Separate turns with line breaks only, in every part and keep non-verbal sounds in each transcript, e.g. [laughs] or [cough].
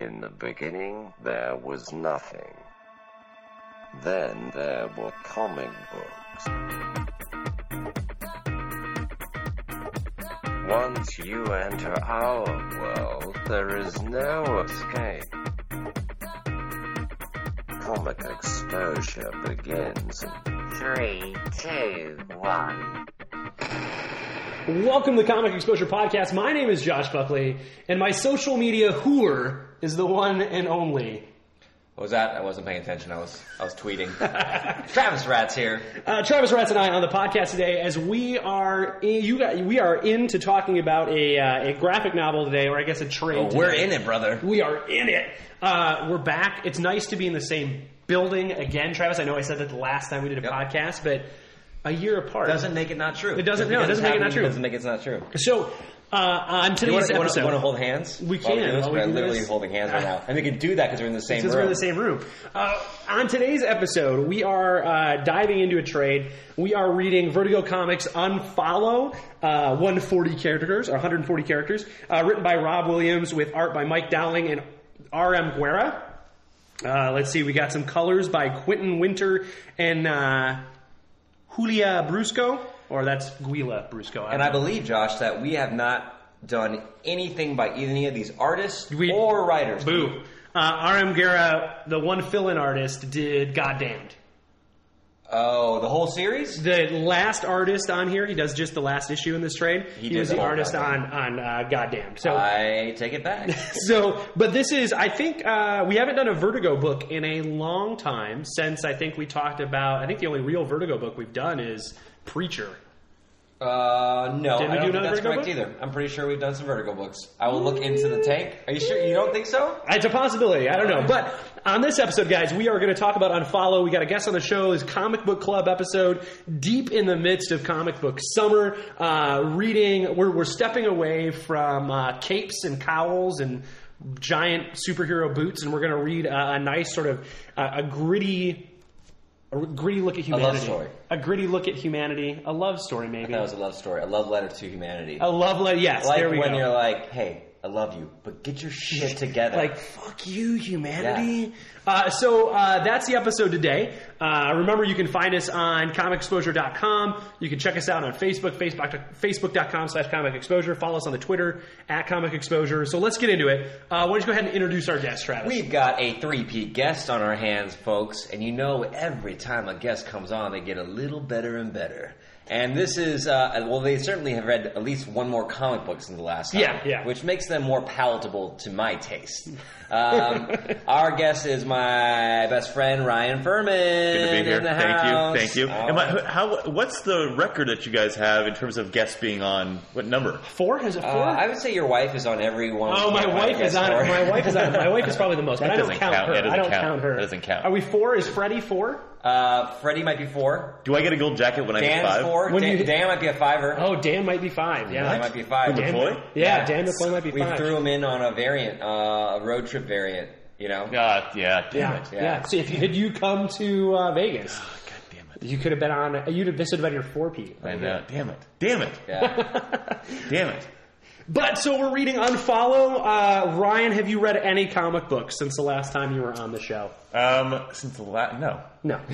In the beginning, there was nothing. Then there were comic books. Once you enter our world, there is no escape. Comic exposure begins in 3, 2, 1.
Welcome to Comic Exposure Podcast. My name is Josh Buckley, and my social media whore is the one and only.
What was that? I wasn't paying attention. I was I was [laughs] tweeting. Travis Rats here.
Uh, Travis Ratz and I on the podcast today as we are in, you got, we are into talking about a, uh, a graphic novel today, or I guess a trade.
Oh,
today.
we're in it, brother.
We are in it. Uh, we're back. It's nice to be in the same building again, Travis. I know I said that the last time we did a
Yep.
podcast, but a year apart
Doesn't make it not true.
It doesn't-
Just
no, it
because
doesn't
it's
make it not
happening
true.
Doesn't make it's not true.
So uh, on
You
today's
want to want
episode,
to hold hands?
We
while
can,
do this?
while we
We're
do
literally
this.
holding hands right now, and we can do that because we're in the same
Since
room.
we're in the same room. Uh, on today's episode, we are uh, diving into a trade. We are reading Vertigo Comics Unfollow, uh, 140 characters, or 140 characters, uh, written by Rob Williams with art by Mike Dowling and R.M. Guerra. Uh, let's see, we got some colors by Quentin Winter and uh, Julia Brusco, or that's Guila Brusco.
And I believe Josh that we have not done anything by any of these artists
We-
or writers.
Boo. Uh, R.M. Guerra, the one fill-in artist, did Goddamned.
Oh, the whole series.
the last artist on here. He does just the last issue in this trade. He,
He did
was
the
the
whole
artist on
Goddamn.
on uh, Goddamn. So.
I take
[laughs]
it back.
so, but this is, I think, uh, we haven't done a Vertigo book in a long time since I think we talked about, I think the only real Vertigo book we've done is Preacher.
Uh, no,
Did we do
I don't think
another
that's
Vertigo
correct
book?
either. I'm pretty sure we've done some Vertigo books. I will look into the tank. Are you sure? You don't think so?
It's a possibility. I don't know. But on this episode, guys, we are going to talk about Unfollow. We got a guest on the show. Is Comic Book Club episode deep in the midst of comic book summer. Uh, reading, we're, we're stepping away from uh, capes and cowls and giant superhero boots, and we're going to read a, a nice sort of uh, a gritty. A gritty look at humanity.
story.
A gritty look at humanity. A love story, maybe.
That was a love story, a love letter to humanity.
A love letter. Yes,
like
Oh, there we
when
go.
you're like, "Hey, I love you, but get your shit together."
Like, fuck you, humanity. Uh, so uh, that's the episode today. Uh, remember, you can find us on comicexposure.com. You can check us out on Facebook, Facebook facebook.com slash comic exposure. Follow us on the Twitter, at comic exposure. So let's get into it. Uh, why don't you go ahead and introduce our guest, Travis?
we've got a three-peat guest on our hands, folks, and you know every time a guest comes on, they get a little better and better. And this is uh, well, they certainly have read at least one more comic book since the last time,
Yeah, yeah.
which makes them more palatable to my
[laughs]
taste. Um, our guest is my best friend Ryan Furman.
Good to be here.
in the
Thank
house.
you. Thank you.
Oh.
Am I, how? What's the record that you guys have in terms of guests being on? What number?
four? Is it four?
Uh, I would say your wife is on every one.
Oh, my
Yeah,
wife is
guest
on it.
four.
My wife is on it. My wife is probably the most. but I don't
doesn't
count,
count.
her.
That doesn't
I don't
count.
count. her.
That doesn't count.
Are we four? Is Freddie four?
Uh, Freddie might be four.
Do I get a gold jacket when I get
Dan's
five?
four.
When
Dan,
you-
Dan might be a fiver.
Oh, Dan might be five. Yeah,
Dan might be a fiver.
Dan- McCoy?
Yeah, Dan McCoy might be
we
five.
threw him in on a variant, uh, a road trip variant. You know,
Ah, yeah. Damn
Yeah,
it.
yeah.
Yeah.
So if you, had you come to uh, Vegas,
God damn it.
you could have been on. You'd have this would have been your four
[laughs]
P.
I know. Damn it. Damn it.
yeah.
Damn it.
But so we're reading Unfollow. Uh, Ryan, have you read any comic books since the last time you were on the show?
Um, since the last no. [laughs]
No. [laughs]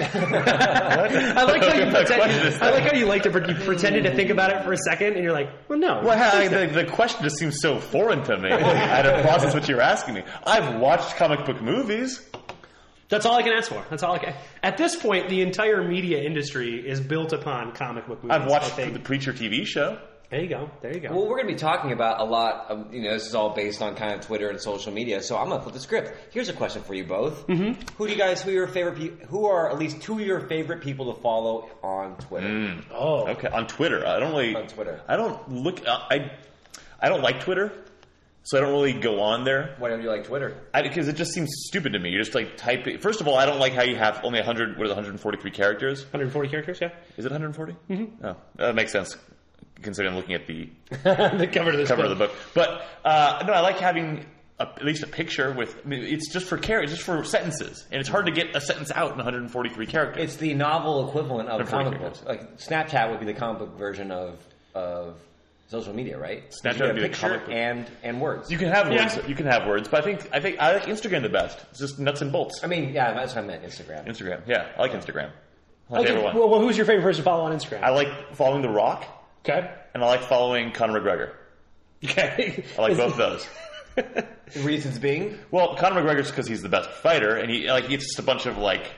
I like how you
What question is
pretend,
that?
I like how you like to pre- you pretended to think about it for a second, and you're like, well, no.
Well, I, the, the question just seems so foreign to me. I had to process what you're asking me. I've watched comic book movies.
That's all I can ask for. That's all I can. At this point, the entire media industry is built upon comic book movies.
I've
I
watched
think.
the Preacher TV show.
There you go. There you go.
well, we're gonna be talking about a lot. Of, you know, this is all based on kind of Twitter and social media. So I'm gonna flip the script. Here's a question for you both. Mm-hmm. Who do you guys? Who are your favorite? Pe- who are at least two of your favorite people to follow on Twitter?
Mm.
oh,
Okay, on Twitter. I don't really
On Twitter.
I don't look. uh, I I don't like Twitter, so I don't really go on there.
Why don't you like Twitter?
because it just seems stupid to me. You're just like typing. First of all, I don't like how you have only 100. What are the 143 characters?
140 characters. Yeah.
Is it 140? Mm-hmm. Oh, that makes sense. Considering I'm looking at [laughs] the
the cover of this
cover
book.
of the book, but uh, no, I like having a, at least a picture with. I mean, it's just for characters, just for sentences, and it's hard to get a sentence out in 143 characters.
It's the novel equivalent of
Of
comic
course.
books. Like Snapchat would be the comic book version of of social media, right?
Snapchat
You get
would be the
picture
comic book.
and and words.
You can have
Yeah.
words. You can have words, but I think I think I like Instagram the best. It's just nuts and bolts.
I mean, yeah, that's what I meant. Instagram.
Instagram. Yeah, I like Instagram. My
Okay,
favorite one.
well, well, who's your favorite person to follow on Instagram?
I like following The Rock,
okay. [laughs]
and I like following Conor McGregor.
Okay.
I like both of
[laughs]
those.
Reasons being,
Well, Conor McGregor's because he's the best fighter, and he like it's just a bunch of like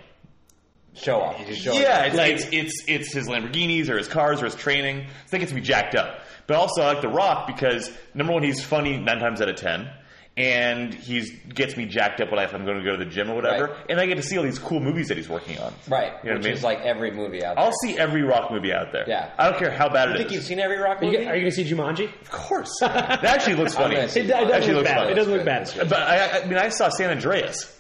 show off. You just show
yeah,
off.
it's,
Like-
it's it's it's his Lamborghinis or his cars or his training. So they get to be jacked up. But also, I like The Rock because number one, he's funny nine times out of ten, and he's gets me jacked up when I- if I'm going to go to the gym or whatever.
Right.
And I get to see all these cool movies that he's working on.
Right,
You know what I
which
mean?
is like every movie out there.
I'll see every Rock movie out there.
Yeah.
I don't care how bad
I
it
think you've
is.
seen every rock
Are you,
movie.
are you going to see Jumanji? [laughs]
Of course, that actually looks
I'm
funny.
gonna see
It, it doesn't
Actually
look
looks
bad.
funny.
It doesn't look
Good,
bad.
that's
But I, I mean, I saw San Andreas.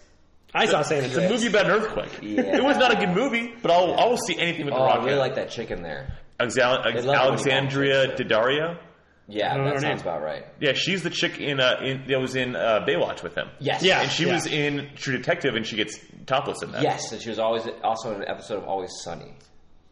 I saw San
It's a
Andreas.
movie about an earthquake.
Yeah.
It was not a good movie, but I'll, I'll see anything with
Oh,
The Rock.
I really
in it.
like that chicken there.
Exa-
They love it when
Ex-
he
Alexandria
volunteers,
Daddario.
Yeah,
don't know her
that sounds
name.
about right.
Yeah, she's the chick in uh in that was in uh, Baywatch with him.
Yes.
Yeah.
and she was in True Detective, and she gets topless in that.
Yes, and she was always also in an episode of Always Sunny.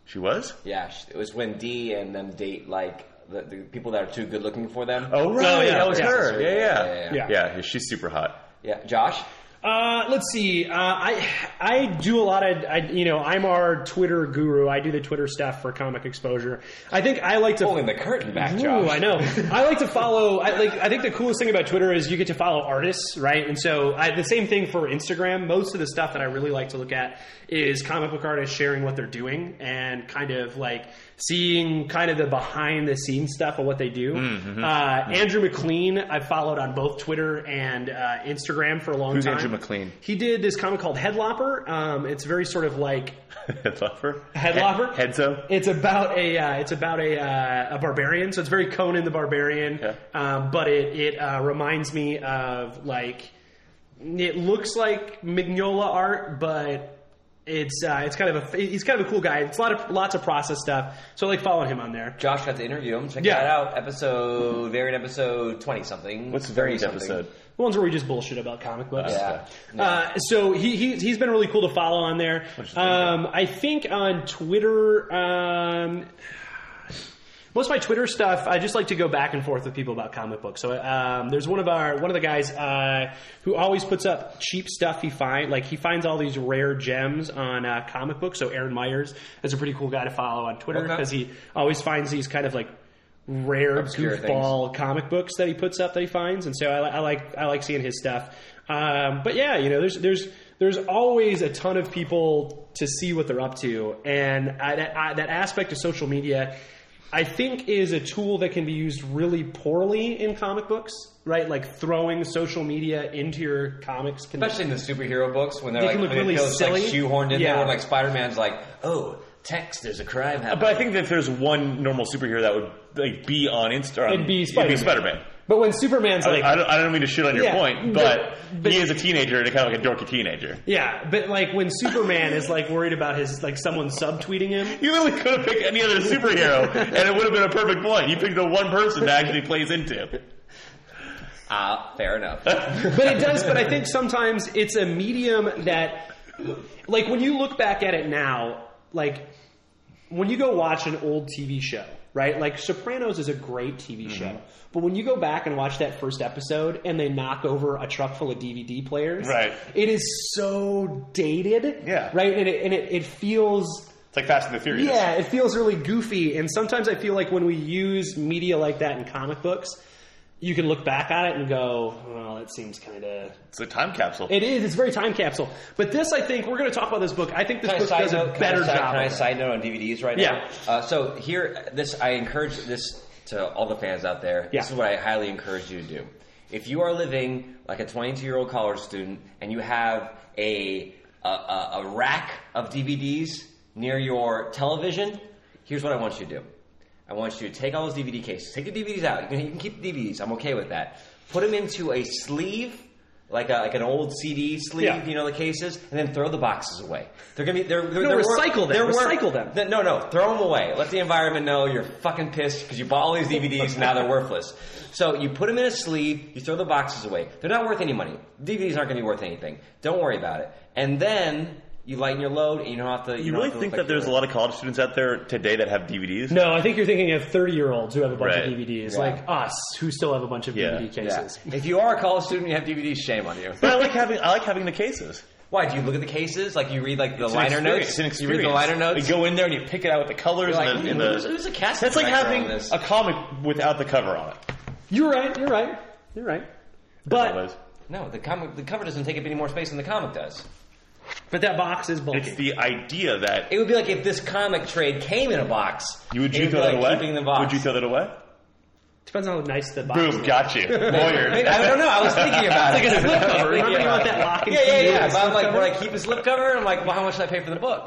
she was.
Yeah, sh- it was when Dee and them date like the, the people that are too good looking for them.
Oh right,
Oh, yeah,
that was
yeah.
her. Yeah yeah.
Yeah, yeah,
yeah.
yeah, she's super hot.
Yeah, Josh.
Uh, let's see. Uh, I I do a lot of I, you know I'm our Twitter guru. I do the Twitter stuff for comic exposure. I think I like to.
Pulling the curtain back, Josh.
Ooh, I know. I like to follow. I like. I think the coolest thing about Twitter is you get to follow artists, right? And so I, the same thing for Instagram. Most of the stuff that I really like to look at is comic book artists sharing what they're doing and kind of like seeing kind of the behind the scenes stuff of what they do.
Mm-hmm.
Uh, Andrew McLean, I've followed on both Twitter and uh, Instagram for a long
Who's
time.
Andrew McLean? [laughs]
He did this comic called Headlopper. Um, it's very sort of like
Love her.
Headlopper?
He- Headzo.
it's about a uh, it's about a uh, a barbarian, so it's very Conan the Barbarian.
Yeah.
Um, but it it uh, reminds me of like it looks like Mignola art, but it's uh, it's kind of a he's kind of a cool guy. It's a lot of lots of process stuff, so I like following him on there.
Josh got to interview him. Check
Yeah.
that out. Episode, varied episode twenty something.
What's the
30
very
something.
episode?
The ones where we just bullshit about comic books.
Yeah.
Uh, so he, he he's been really cool to follow on there. Um, I think on Twitter, um, most of my Twitter stuff, I just like to go back and forth with people about comic books. So um, there's one of our one of the guys uh, who always puts up cheap stuff he find like he finds all these rare gems on uh, comic books. So Aaron Myers is a pretty cool guy to follow on Twitter
Okay.
because he always finds these kind of like rare
Obscure things.
goofball all comic books that he puts up that he finds, and so I, li- I like I like seeing his stuff. Um, but yeah, you know, there's there's there's always a ton of people to see what they're up to, and I, that, I, that aspect of social media, I think, is a tool that can be used really poorly in comic books, right? Like throwing social media into your comics can
Especially in the superhero books when they're
They
like,
can look
when it
really
feels,
silly.
like shoehorned in
Yeah.
there. When like Spider Man's like, oh, text, there's a crime happening.
But I think that if there's one normal superhero that would like be on Instagram,
It'd be Spider-Man.
Spider-Man.
But when Superman's
I,
like,
I don't, I don't mean to shit on your
Yeah,
point,
but-
but,
but-
he is a teenager and kind of like a dorky teenager.
yeah, but like when Superman is like worried about his like someone subtweeting him.
You literally could have picked any other [laughs] superhero, and it would have been a perfect point. You picked the one person that actually plays [laughs] into.
Ah, fair enough.
but it does. But I think sometimes it's a medium that, like, when you look back at it now, like, when you go watch an old TV show, right? Like, Sopranos is a great TV
Mm-hmm.
show, but when you go back and watch that first episode and they knock over a truck full of DVD players,
Right.
It is so dated,
Yeah.
right? And it and it, it feels
It's like Fast and the Furious.
yeah, it feels really goofy. And sometimes I feel like when we use media like that in comic books, you can look back at it and go, well, it seems kind of.
It's a time capsule.
It is. It's very time capsule. But this, I think, we're going to talk about this book. I think this
Can I
book
side
does
note?
a
Can I
better
side-
job.
Can I
of it.
side note on DVDs right
Yeah.
now? Uh, so here, this I encourage this to all the fans out there.
Yeah.
This is what I highly encourage you to do. If you are living like a 22 year old college student and you have a a, a a rack of DVDs near your television, here's what I want you to do. I want you to take all those DVD cases, take the DVDs out. You can, you can keep the DVDs. I'm okay with that. Put them into a sleeve like a, like an old CD sleeve,
Yeah.
you know, the cases, and then throw the boxes away. They're gonna be they're, they're,
No,
they're
recycle them.
they're
Recycle them.
Th- no, no, throw them away. Let the environment know you're fucking pissed because you bought all these DVDs and now they're worthless. So you put them in a sleeve, you throw the boxes away. They're not worth any money. DVDs aren't gonna be worth anything. Don't worry about it. And then you lighten your load, and you don't have to. You,
You
don't
really
have to
think
look like
that there's a
you're-
lot of college students out there today that have DVDs?
No, I think you're thinking of 30 year olds who have a bunch
Right.
of DVDs,
Yeah.
like us, who still have a bunch of
Yeah.
DVD cases.
Yeah. If you are a college student, and you have DVDs. Shame on you.
But I like having I like having the cases.
Why do you look at the cases? Like you read like the
It's an
liner
experience.
notes.
It's an
you read
experience.
the liner notes.
You go in there and you pick it out with the colors
You're like,
and the,
"Ooh,
and
who's,
the
who's a cast?
That's like
director on
having
this?"
a comic without the cover on it.
You're right. You're right. You're right. But
Otherwise,
no. The comic, the cover doesn't take up any more space than the comic does.
but that box is bulky.
it's the idea that
It would be like if this comic trade came in a box.
you would
it
you
be
throw that
like
away?
Keeping the box.
Would you throw that away?
Depends on how nice the box.
Boom,
is. [laughs]
got [laughs] you. Lawyer.
I, I don't know. I was thinking about it.
It's like a
[laughs]
slip cover. Remember
Thinking
you
about
want
it.
that lock and
Yeah, yeah,
key
yeah.
slip
But I'm like,
cover?
would I keep a slipcover? I'm like, well, how much should I pay for the book?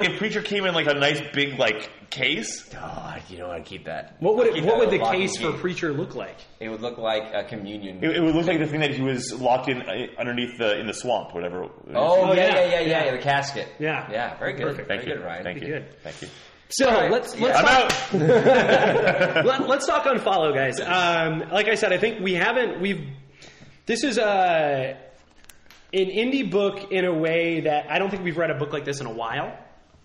[laughs]
if Preacher came in like a nice big like case,
Oh, you don't want to keep that.
What would it,
Keep
what
that
would the
lock and
case for
key.
preacher look like?
It would look like a communion.
it, it would look like the thing that he was locked in uh, underneath the in the swamp, whatever.
oh,
Oh,
yeah,
yeah,
yeah, yeah, yeah,
yeah.
The casket.
Yeah.
Yeah. Very good.
Perfect.
Thank
very
you.
good, Ryan.
Thank
Be
you.
good.
Thank you.
So
right.
let's
Yeah.
let's
I'm
talk-
out.
Let, let's talk on follow, guys. Um, like I said, I think we haven't. We've this is a an indie book in a way that I don't think we've read a book like this in a while.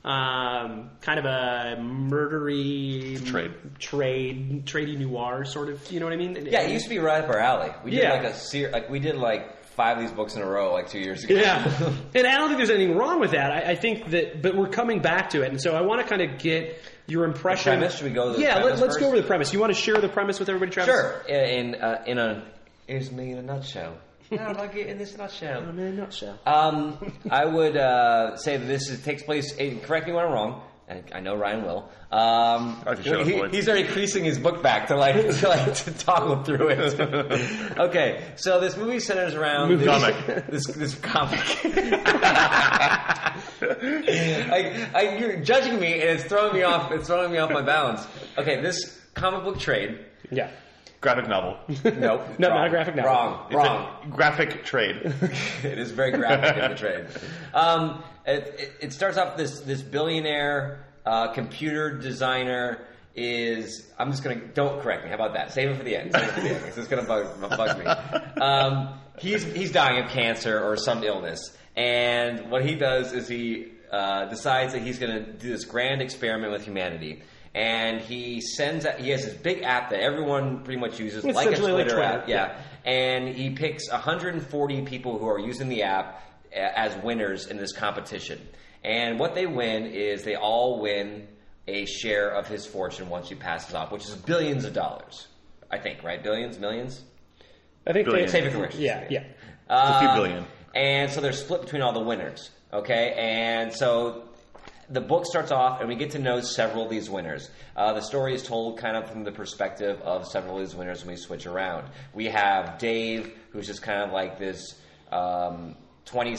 Um, kind of a murdery
Trade.
trade, tradey noir sort of. You know what I mean?
Yeah, it used to be right up our alley. We did
Yeah.
like a ser- like we did like five of these books in a row like two years ago. [laughs]
Yeah, and I don't think there's anything wrong with that. I, I think that, but we're coming back to it, and so I want to kind of get your impression.
The premise? Should we go to the
yeah,
premise
let, us
first?
go over the premise. You want to share the premise with everybody, Travis?
Sure. In uh, in a here's me in a nutshell. No, like in this nutshell.
I'm in a nutshell.
Um, I would uh, say that this is, takes place. eh, Correct me when I'm wrong. I, I know Ryan will. Um,
I can show
he-
him what-
he's already creasing his book back to like [laughs] to, like, to toggle through it. [laughs] okay, so this movie centers around
Movie.
this,
Comic.
This this comic. [laughs] I, I, you're judging me, and it's throwing me off. It's throwing me off my balance. Okay, this comic book trade.
Yeah.
Graphic
[laughs]
novel. It's
Nope.
[laughs]
No,
wrong,
not a graphic novel.
Wrong.
a
Wrong.
[laughs]
graphic trade.
[laughs] it is very graphic in the trade. Um, it, it, it starts off this this billionaire uh, computer designer is. I'm just gonna don't correct me. How about that? Save it for the end. Save it for the end. 'cause It's gonna bug, bug me. Um, he's he's dying of cancer or some illness, and what he does is he uh, decides that he's gonna do this grand experiment with humanity. And he sends. out He has this big app that everyone pretty much uses,
It's
like a Twitter,
essentially like Twitter,
app. Yeah, and he picks 140 people who are using the app a- as winners in this competition. And what they win is they all win a share of his fortune once he passes off, which is billions of dollars. I think, right? Billions, millions.
I think
Billion.
they
Save it for riches.
Yeah, yeah.
a few
Uh,
Um,
billion.
And so they're split between all the winners. Okay, and so the book starts off, and we get to know several of these winners. Uh, the story is told kind of from the perspective of several of these winners when we switch around. We have Dave, who's just kind of like this. Um,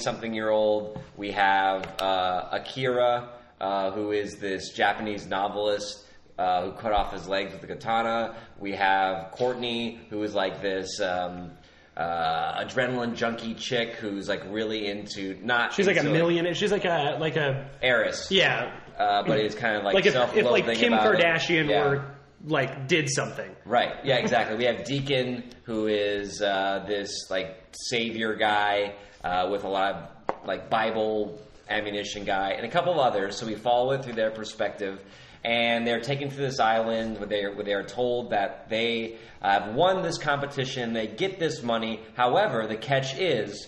20-something-year-old. We have uh, Akira, uh, who is this Japanese novelist uh, who cut off his legs with a katana. We have Courtney, who is like this um, uh, adrenaline junkie chick who's like really into not.
She's like a
into,
millionaire. She's like a like a
heiress.
yeah.
uh, but it's kind of like,
Like if, if
self-loathing
like Kim
about it.
Kardashian
Yeah.
were like did something.
Right. Yeah. Exactly. we have Deacon, who is uh, this like savior guy uh, with a lot of like Bible ammunition guy, and a couple others. So we follow it through their perspective, and they're taken to this island where they where they are told that they have won this competition. They get this money. However, the catch is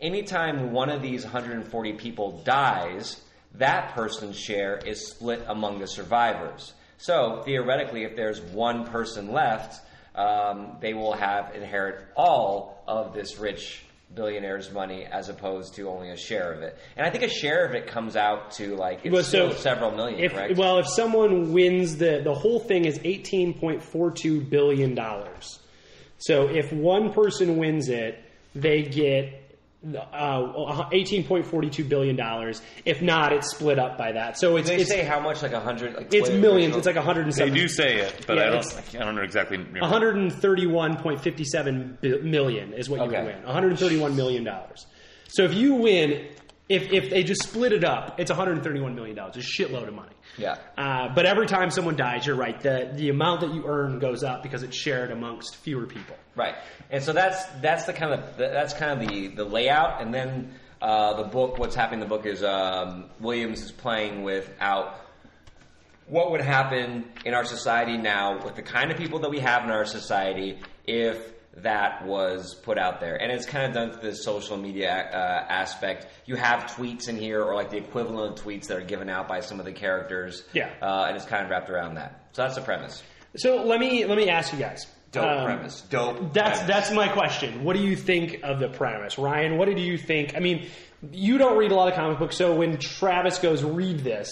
Anytime one of these 140 people dies, that person's share is split among the survivors. So theoretically, if there's one person left, um, they will have inherit all of this rich billionaire's money as opposed to only a share of it. And I think a share of it comes out to like it's
Well, so
still several million,
If,
correct?
Well, if someone wins the the whole thing is eighteen point four two billion dollars. So if one person wins it, they get uh, eighteen point forty two billion dollars. If not, it's split up by that. So it's
they
it's,
say how much like a hundred like
it's
what-
millions. It's like one hundred and
They
seven.
do say it, but
Yeah,
I
it's-
don't. I can't- I don't know exactly. remember.
131.57 bi- million is what you
Okay.
would win. 131 million dollars. So if you win, if if they just split it up, it's 131 million dollars. A shitload of money.
Yeah.
Uh, but every time someone dies, you're right. The the amount that you earn goes up because it's shared amongst fewer people.
Right, and so that's that's the kind of that's kind of the the layout, and then Uh, the book, what's happening in the book is um, Williams is playing without what would happen in our society now with the kind of people that we have in our society if that was put out there. And it's kind of done through the social media uh, aspect. You have tweets in here, or like the equivalent of tweets that are given out by some of the characters.
Yeah.
Uh, and it's kind of wrapped around that. So that's the premise.
So let me let me ask you guys.
Dope
Um,
premise. Dope.
That's
premise.
that's my question. What do you think of the premise, Ryan? What did you think? I mean, you don't read a lot of comic books, so when Travis goes read this,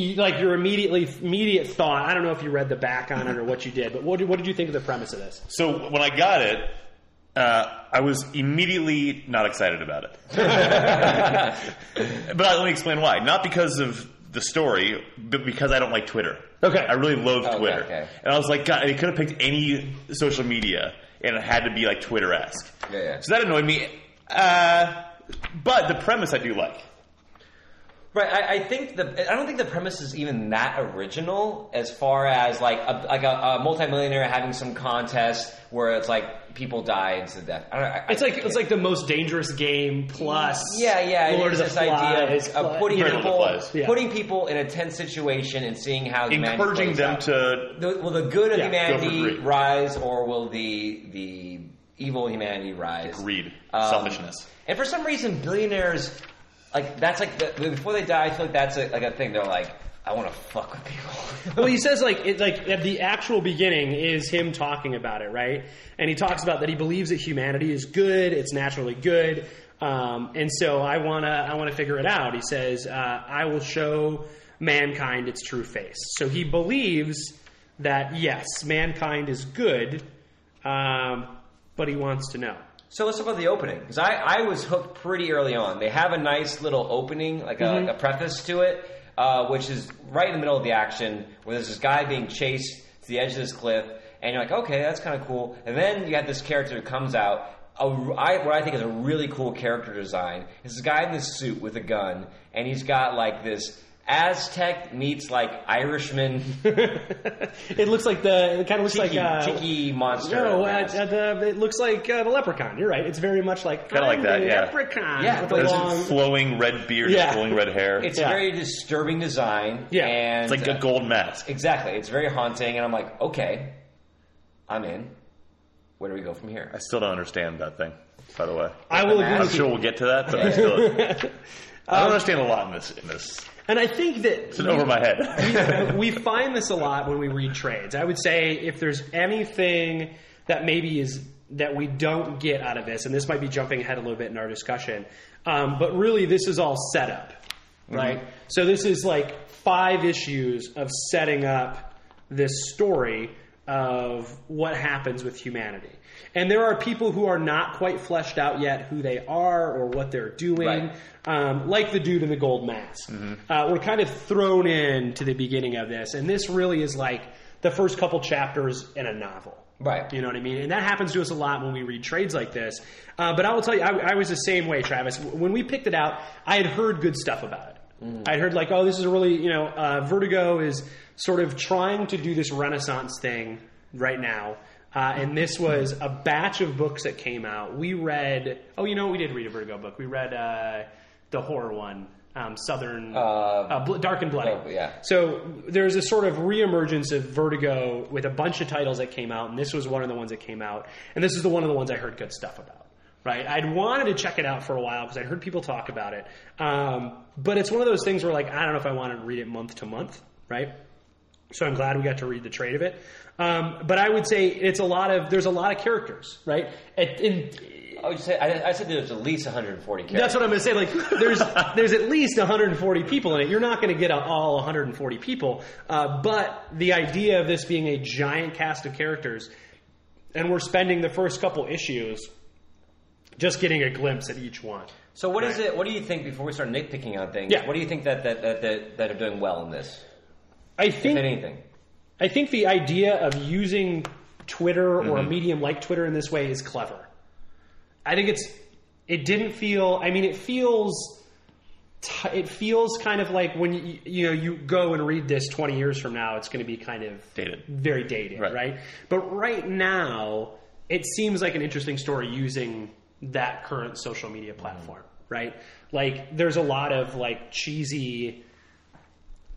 you, like your immediately immediate thought. I don't know if you read the back on it or what you did, but what did, what did you think of the premise of this?
So when I got it, uh, I was immediately not excited
[laughs]
about it. [laughs] but let me explain why. Not because of the story, but because I don't like Twitter.
Okay.
I really loathe
Oh, Okay,
Twitter.
okay.
And I was like, God, they could have picked any social media, and it had to be like Twitter esque.
Yeah, yeah.
So that annoyed me. Uh, but the premise I do like.
Right, I, I think the I don't think the premise is even that original as far as like a, like a, a multimillionaire having some contest where it's like people die instead of death. I don't, I,
It's like it's like the most dangerous game plus.
yeah, yeah.
Lord of
it's
the
this idea
Flies
of, of
plus-
putting
you know,
Lord of the
people
Flies,
yeah.
putting people in a tense situation and seeing how humanity
Encouraging
plays
them
out.
to.
The, will the good of
Yeah,
go for
humanity
greed.
rise, or will the the evil of humanity rise?
Greed.
Um,
Selfishness.
And for some reason, billionaires, like that's like the, before they die, I feel like that's a, like a thing. They're like, I want to fuck with people. [laughs]
Well, he says like it, like at the actual beginning is him talking about it, right? And he talks about that he believes that humanity is good; it's naturally good, um, and so I wanna I wanna figure it out. He says, uh, "I will show mankind its true face." So he believes that yes, mankind is good, um, but he wants to know. [laughs]
So let's talk about the opening because I, I was hooked pretty early on. They have a nice little opening, like a,
Mm-hmm.
like a preface to it, uh, which is right in the middle of the action where there's this guy being chased to the edge of this cliff, and you're like, okay, that's kind of cool. And then you have this character who comes out. A, I, what I think is a really cool character design is this guy in this suit with a gun, and he's got like this Aztec meets like Irishman
it looks like the it kind of looks
tiki,
[laughs] like uh,
[laughs] tiki monster.
No, uh,
mask.
uh, the, it looks like uh, the leprechaun. You're right. It's very much like
Kinda like
I'm
that,
the
yeah.
Leprechaun.
Yeah,
with
but
a
There's
long.
flowing red beard,
Yeah.
flowing red hair.
it's
yeah.
a very disturbing design.
Yeah.
and
it's like a gold mask.
Exactly. It's very haunting, and I'm like, okay, I'm in. Where do we go from
I
here?
still don't understand that thing, by the way.
I will agree
the mask. [laughs]
I'm
with
sure
you,
we'll get to that, but I still
Um,
I don't understand a lot in this. In this,
[laughs] and I think
it's
that
been over my head. [laughs]
we find this a lot when we read trades. I would say if there's anything that maybe is that we don't get out of this, and this might be jumping ahead a little bit in our discussion, um, but really this is all setup, right? So this is like five issues of setting up this story of what happens with humanity. And there are people who are not quite fleshed out yet who they are or what they're doing,
Right.
um, like the dude in the gold mask. Uh, we're kind of thrown in to the beginning of this, and this really is like the first couple chapters in a novel.
Right.
You know what I mean? And that happens to us a lot when we read trades like this. Uh, but I will tell you, I, I was the same way, Travis. When we picked it out, I had heard good stuff about it. I'd heard like, oh, this is a really, you know, uh, Vertigo is sort of trying to do this Renaissance thing right now. Uh, and this was a batch of books that came out. We read, oh, you know, what? we did read a Vertigo book. We read uh, the horror one, um, Southern, uh, Bl- Dark and Bloody.
Oh, yeah.
So there's a sort of reemergence of Vertigo with a bunch of titles that came out, and this was one of the ones that came out, and this is the one of the ones I heard good stuff about. Right, I'd wanted to check it out for a while because I'd heard people talk about it, um, but it's one of those things where like I don't know if I wanted to read it month to month, right? So I'm glad we got to read the trade of it. Um, but I would say it's a lot of there's a lot of characters, right? It, in,
I would say I, I Oh, said there's at least 140 characters.
that's what I'm going to say. Like, there's there's at least 140 people in it. You're not going to get all 140 people, uh, but the idea of this being a giant cast of characters, and we're spending the first couple issues just getting a glimpse at each one.
so what is it? What do you think before we start nitpicking on things?
Yeah.
What do you think that that that that, that are doing well in this?
I
If
think
anything.
I think the idea of using Twitter or a medium like Twitter in this way is clever. I think it's it didn't feel. I mean, it feels t- it feels kind of like when you you know you go and read this twenty years from now, it's going to be kind of
Dated.
very dated, right.
Right.
But right now, it seems like an interesting story using that current social media platform, right? Like, there's a lot of like cheesy.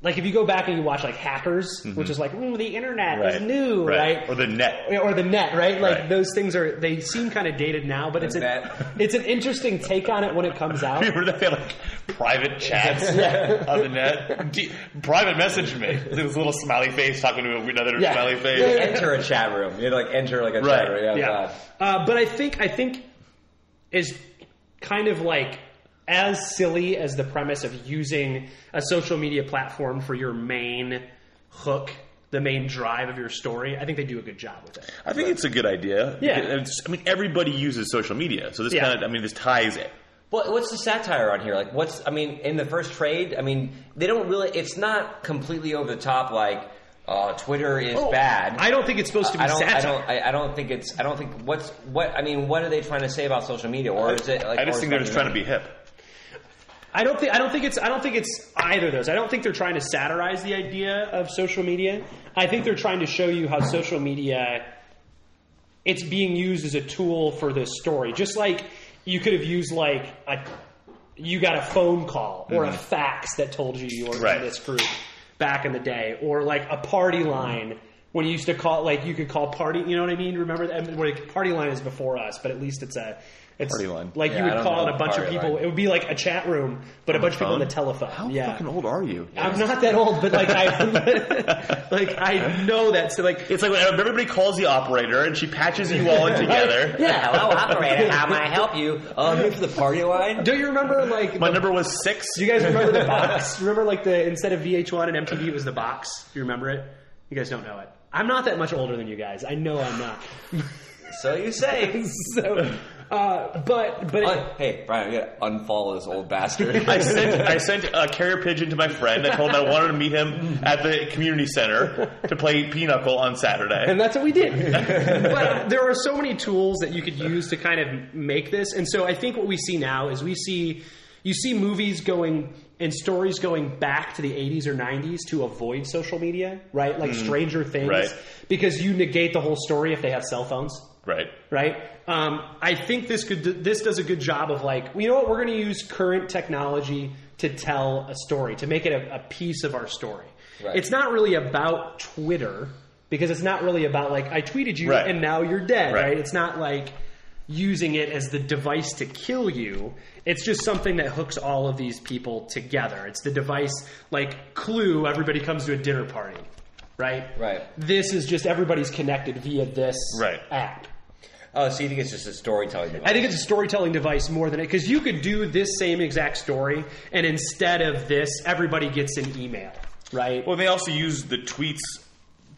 Like if you go back and you watch like Hackers, which is like Ooh, the internet is new, Mm-hmm. right?
Or the net.
or the net, right? Like
Right.
those things are they seem kind of dated now, but it's
net.
a, it's an interesting take on it when it comes [laughs] out.
[laughs] Remember that they had like private chats on the net? D- private message me. This little smiley face talking to another
Yeah.
smiley
[laughs]
face.
Yeah, yeah,
Enter a chat room. You had to like enter like a
Right.
chat room. Oh,
yeah,
God.
uh, but I think I think is kind of like as silly as the premise of using a social media platform for your main hook, the main drive of your story. I think they do a good job with it.
I think it's a good idea.
Yeah.
Because it's- I mean, everybody uses social media, so this
Yeah.
kind of, I mean, this ties it.
What, what's the satire on here? Like, what's I mean, in the first trade, I mean, they don't really. It's not completely over the top. Like, uh, Twitter is bad.
Oh, I don't think it's supposed to be
I don't.
satire.
I don't. I, I don't think it's. I don't think what's what. I mean, what are they trying to say about social media? Or is it? Like,
I just
or
think they're just trying to
something-
be hip.
I don't think I don't think it's I don't think it's either of those. I don't think they're trying to satirize the idea of social media. I think they're trying to show you how social media it's being used as a tool for this story. Just like you could have used like a you got a phone call or
Mm-hmm.
a fax that told you you were
Right.
in this group back in the day, or like a party line when you used to call like you could call party. You know what I mean? Remember that? I mean, like, party line is before us, but at least it's a it's
Party line.
Like
Yeah,
you
I
would
don't
call
know
it a bunch of
party
people.
line.
It would be like a chat room, but a bunch of people on the
phone?
telephone.
How
yeah.
fucking old are you?
I'm not that old, but like
[laughs]
I, [laughs] like I know that. So like,
It's like when everybody calls the operator and she patches you all
[laughs]
in together.
yeah.
Hello, operator. How may I help you? Um, here for the party line.
Do you remember like?
My
the-
number was six.
do you guys remember the
[laughs]
box? Remember like the instead of VH1 and MTV, it was the box. Do you remember it? You guys don't know it. I'm not that much older than you guys. I know I'm not. [laughs]
So you [laughs] say.
so, uh, but but it,
Uh, hey, Brian, we gotta unfollow this old bastard.
I sent I sent a carrier pigeon to my friend. I told him I wanted to meet him at the community center to play pinochle on Saturday.
and that's what we did. [laughs] but there are so many tools that you could use to kind of make this. And so I think what we see now is we see you see movies going and stories going back to the 80s or 90s to avoid social media, right? Like Stranger Things,
right.
because you negate the whole story if they have cell phones
Right.
right? Um, I think this could this does a good job of like you know what we're going to use current technology to tell a story to make it a, a piece of our story.
Right.
It's not really about Twitter because it's not really about like I tweeted you
Right.
and now you're dead,
Right.
right? It's not like using it as the device to kill you. It's just something that hooks all of these people together. It's the device like Clue. Everybody comes to a dinner party. Right.
[laughs] Right.
This is just everybody's connected via this
Right.
app.
oh, so you think it's just a storytelling device?
I think it's a storytelling device more than it because you could do this same exact story, and instead of this, everybody gets an email, right?
Well, they also use the tweets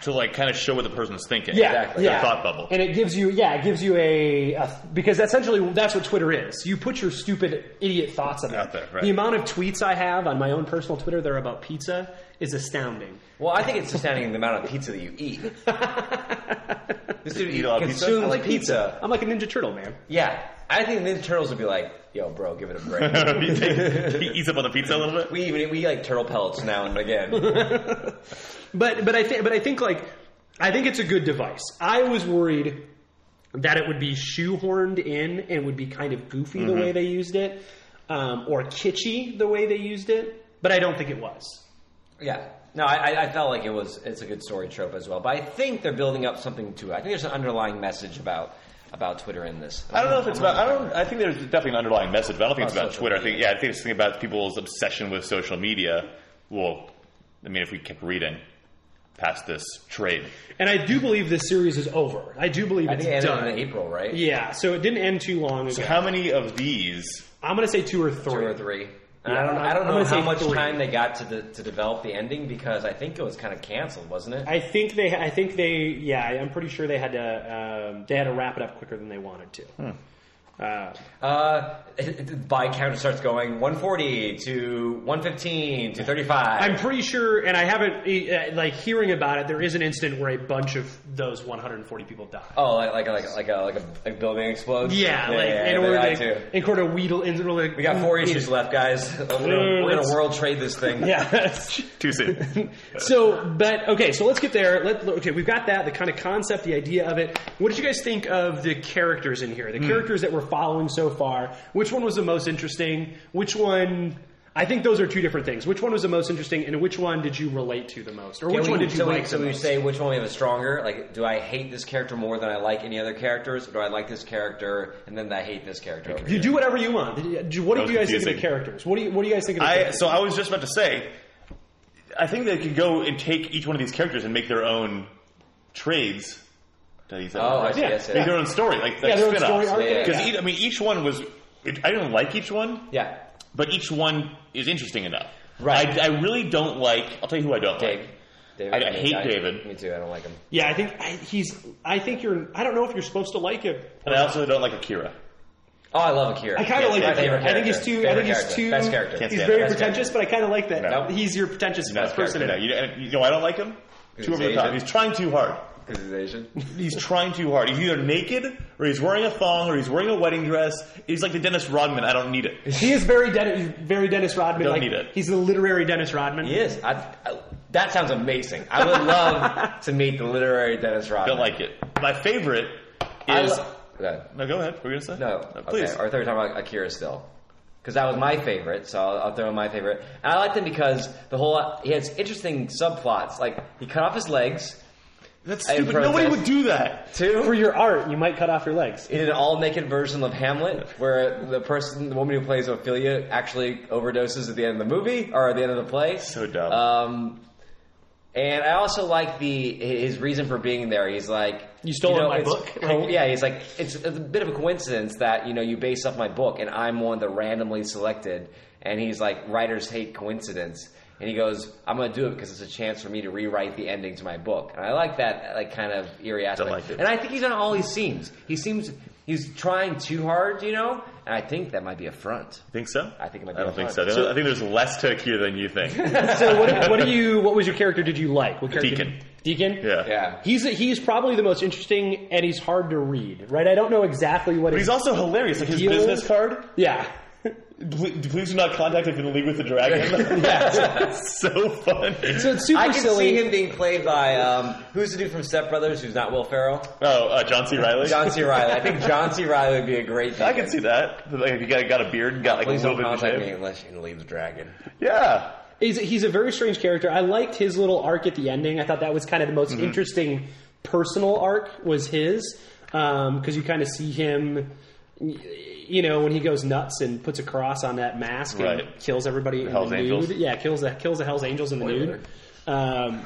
to like kind of show what the person's thinking.
yeah,
exactly.
yeah.
Their thought bubble.
and it gives you yeah, it gives you a, a because essentially that's what Twitter is. You put your stupid idiot thoughts on
Out
it.
there, right.
The amount of tweets I have on my own personal Twitter that are about pizza is astounding.
Well, I think it's astounding the amount of pizza that you eat. this dude
Eat a lot of pizza? [laughs]
consumes
I
like pizza.
I'm like a Ninja Turtle man.
Yeah, I think the turtles would be like, "Yo, bro, give it a break." [laughs]
he, take- he eats up on the pizza a little bit.
We even we eat, like turtle pellets now and again.
But but I think but I think like I think it's a good device. I was worried that it would be shoehorned in and would be kind of goofy the
Mm-hmm.
way they used it, um, or kitschy the way they used it. But I don't think it was.
yeah. No, I, I- I felt like it was it's a good story trope as well. But I think they're building up something to it. I think there's an underlying message about about Twitter in this.
I don't know if it's about. I don't. I think there's definitely an underlying message, but I don't think it's
Oh,
about
social
Twitter. I think.
media.
Yeah, I think it's thing about people's obsession with social media. Well, I mean, if we kept reading past this trade,
And I do believe this series is over. I do believe
I
it's
think it ended
done.
in April, right?
Yeah, so it didn't end too long ago.
how many of these?
I'm gonna say two or three.
Two or three. And
Yeah,
I don't.
I'm-
I
I'm
don't know
gonna
how
say
much
three.
time they got to the, to develop the ending because I think it was kind of canceled, wasn't it?
I think they. I think they. Yeah, I'm pretty sure they had to. Um, they had to wrap it up quicker than they wanted to.
Hmm.
Uh,
Uh, by counter starts going 140 to 115 to 35.
I'm pretty sure, and I haven't eh, eh, like hearing about it. There is an incident where a bunch of those 140 people die.
Oh, like like like like a like a like building explodes.
Yeah, like in
they
order
got
to,
to.
in order to wheedle in order to,
We got four issues left, guys. [laughs] We're gonna, we're
let's-
gonna world trade this thing.
Yeah.
Too [laughs] soon.
so, but okay, so let's get there. Let, okay, we've got that the kind of concept, the idea of it. What did you guys think of the characters in here? The
Hmm.
characters that we're following so far. Which one was the most interesting? Which one? I think those are two different things. Which one was the most interesting, and which one did you relate to the most, or
Can
which
we-
one did you
so we-
like
so
the
we
most?
say which one we have a stronger? Like, do I hate this character more than I like any other characters, or do I like this character and then I hate this character? Over
you do whatever you want. Did you- did you- What
That
do you guys
was
think of the
confusing.
characters? What do you What do you guys think of the
I
characters?
so I was just about to say, I think they could go and take each one of these characters and make their own trades. Did I use that
Oh,
word
I
right?
see.
Yeah,
I see.
Make their own story, like, like
yeah, their own story
spin-offs.
arc.
Yeah,
Because
yeah.
I mean, each one was. It, I didn't like each one,
Yeah.
but each one is interesting enough.
Right.
I, I really don't like. I'll tell you who I don't
Dave.
like.
David.
I hate David.
Me too. I don't like him.
Yeah, I think I, he's. I think you're. I don't know if you're supposed to like him.
And I also don't like Akira.
Oh, I love Akira.
I kind of like
my
that.
favorite
I think he's
character.
too. I
Favorite
think he's
character.
too.
Best character.
Can't
he's
stand
very
him.
Best
pretentious, but I kind of like that.
No.
He's your pretentious
No,
person.
no, you, you know, why I don't like him.
Because
Too over
he's
the top.
Asian.
He's trying too hard.
because he's Asian.
He's trying too hard. He's either naked, or he's wearing a thong, or he's wearing a wedding dress. He's like the Dennis Rodman. I don't need it.
He is very Dennis, very Dennis Rodman.
Don't
like,
need it.
He's the literary Dennis Rodman.
He is. I, I, that sounds amazing.
[laughs]
I would love to meet the literary Dennis Rodman.
Don't like it. My favorite
I
is.
lo- Okay.
no, go ahead. We're gonna say
No,
please.
Okay. Our third time about Akira still. Because that was my favorite, so I'll, I'll throw in my favorite. And I liked him because the whole he has interesting subplots. Like he cut off his legs.
That's
I
stupid.
protest.
Nobody would do that.
Two,
For your art, you might cut off your
[laughs]
legs.
He did an all naked version of Hamlet, where the person, the woman who plays Ophelia, actually overdoses at the end of the movie or at the end of the play.
So dumb.
Um, and I also like the his reason for being there. He's like,
You stole my
it's
book?
co- yeah, he's like, it's, it's a bit of a coincidence that you know you base off my book, and I'm one that randomly selected. And he's like, writers hate coincidence. And he goes, I'm going to do it because it's a chance for me to rewrite the ending to my book. And I like that, like kind of eerie aspect.
like it.
And I think he's on all he seems. He seems he's trying too hard, you know. And I think that might be a front.
Think so?
I think it might be
I don't
a
think so.
front.
I think there's less to Akira than
[laughs]
you think.
So what? What do you? What was your character? Did you like? What character?
Deacon.
Deacon.
Yeah.
Yeah.
He's he's probably the most interesting, and he's hard to read. Right? I don't know exactly what.
But he's also hilarious. Like his
Deal.
business card.
yeah.
Pl- Please do not contact if in league with
[laughs]
the dragon. [laughs]
yeah.
so fun.
So it's super
I can
silly.
see him being played by um, who's the dude from Step Brothers who's not Will Ferrell?
oh, uh, John C. Riley.
John C. Riley. I think John C. Riley would be a great.
[laughs] I can see that. Like if you got got a beard and got like
Please
a little
don't
bit of
contact
shape.
me unless you can leave the dragon.
Yeah.
He's, he's a very strange character. I liked his little arc at the ending. I thought that was kind of the most
Mm-hmm.
interesting personal arc was his because you kind of see him, y- you know, when he goes nuts and puts a cross on that mask
Right.
and kills everybody in
Hell's
the
Angels.
nude. Yeah, kills the kills the Hell's Angels in the
Spoiler.
nude. Um,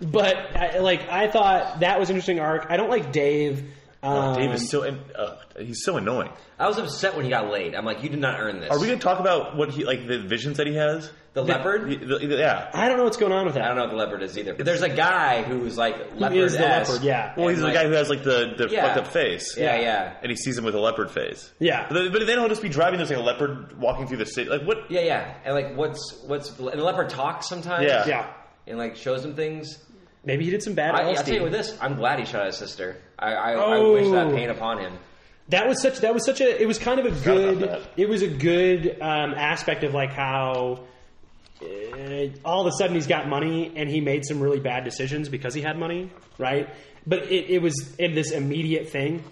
but I, like I thought that was an interesting arc. I don't like Dave. Um,
Oh, Dave is so and uh, he's so annoying.
I was upset when he got laid. I'm like, you did not earn this.
Are we going to talk about what he like the visions that he has?
the leopard?
The- the- yeah.
I don't know what's going on with that.
I don't know what the leopard is either. But there's a guy who's like leopard.
is the leopard, yeah.
Well, he's the guy who has like the, the
Yeah.
fucked up face.
Yeah, yeah.
And he sees him with a leopard face.
Yeah.
But, then- but then he'll just be driving. There's like a leopard walking through the city. Like what?
Yeah, yeah. And like, what's what's and the leopard talks sometimes?
Yeah.
yeah,
And like shows him things.
maybe he did some bad.
I, I'll
LSD.
tell you with this. I'm glad he shot his sister. I I,
Oh.
I wish that pain upon him.
that was such that was such a it was kind of a
about
good
that.
it was a good um, aspect of like how uh, all of a sudden he's got money and he made some really bad decisions because he had money right but it, it was in this immediate thing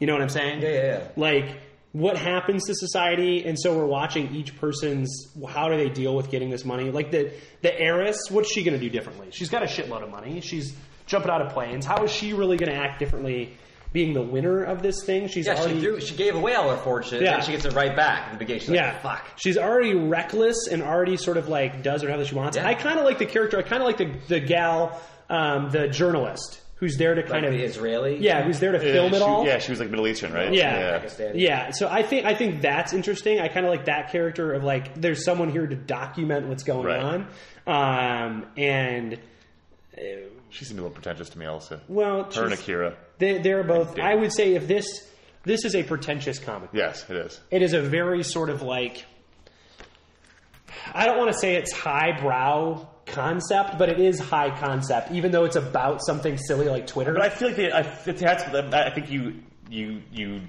you know what i'm saying
Yeah, yeah, yeah.
like what happens to society and so we're watching each person's how do they deal with getting this money like the the heiress what's she going to do differently she's got a shitload of money she's jumping out of planes how is she really going to act differently being the winner of this thing she's
Yeah,
already
she threw. She gave away all her fortune.
Yeah.
and she gets it right back at the beginning. She's like,
yeah,
fuck.
She's already reckless and already sort of like does whatever she wants.
Yeah.
I kind of like the character. I kind of like the the gal, um, the journalist who's there to kind
Like the
of
Israeli.
yeah, who's there to film
Uh,
it
she-
all.
Yeah, she was like Middle Eastern, right?
Yeah. yeah,
Pakistani.
So I think I think that's interesting. I kind of like that character of like there's someone here to document what's going
Right.
on, um, and
She seemed a little pretentious to me, also.
well,
Her and
she's-
Akira.
They, they're both.
David.
I would say if this this is a pretentious comic
Yes, it is.
it is a very sort of like I don't want to say it's highbrow concept, but it is high concept, even though it's about something silly like Twitter.
But I feel like they, I, it's, that's, I think you you you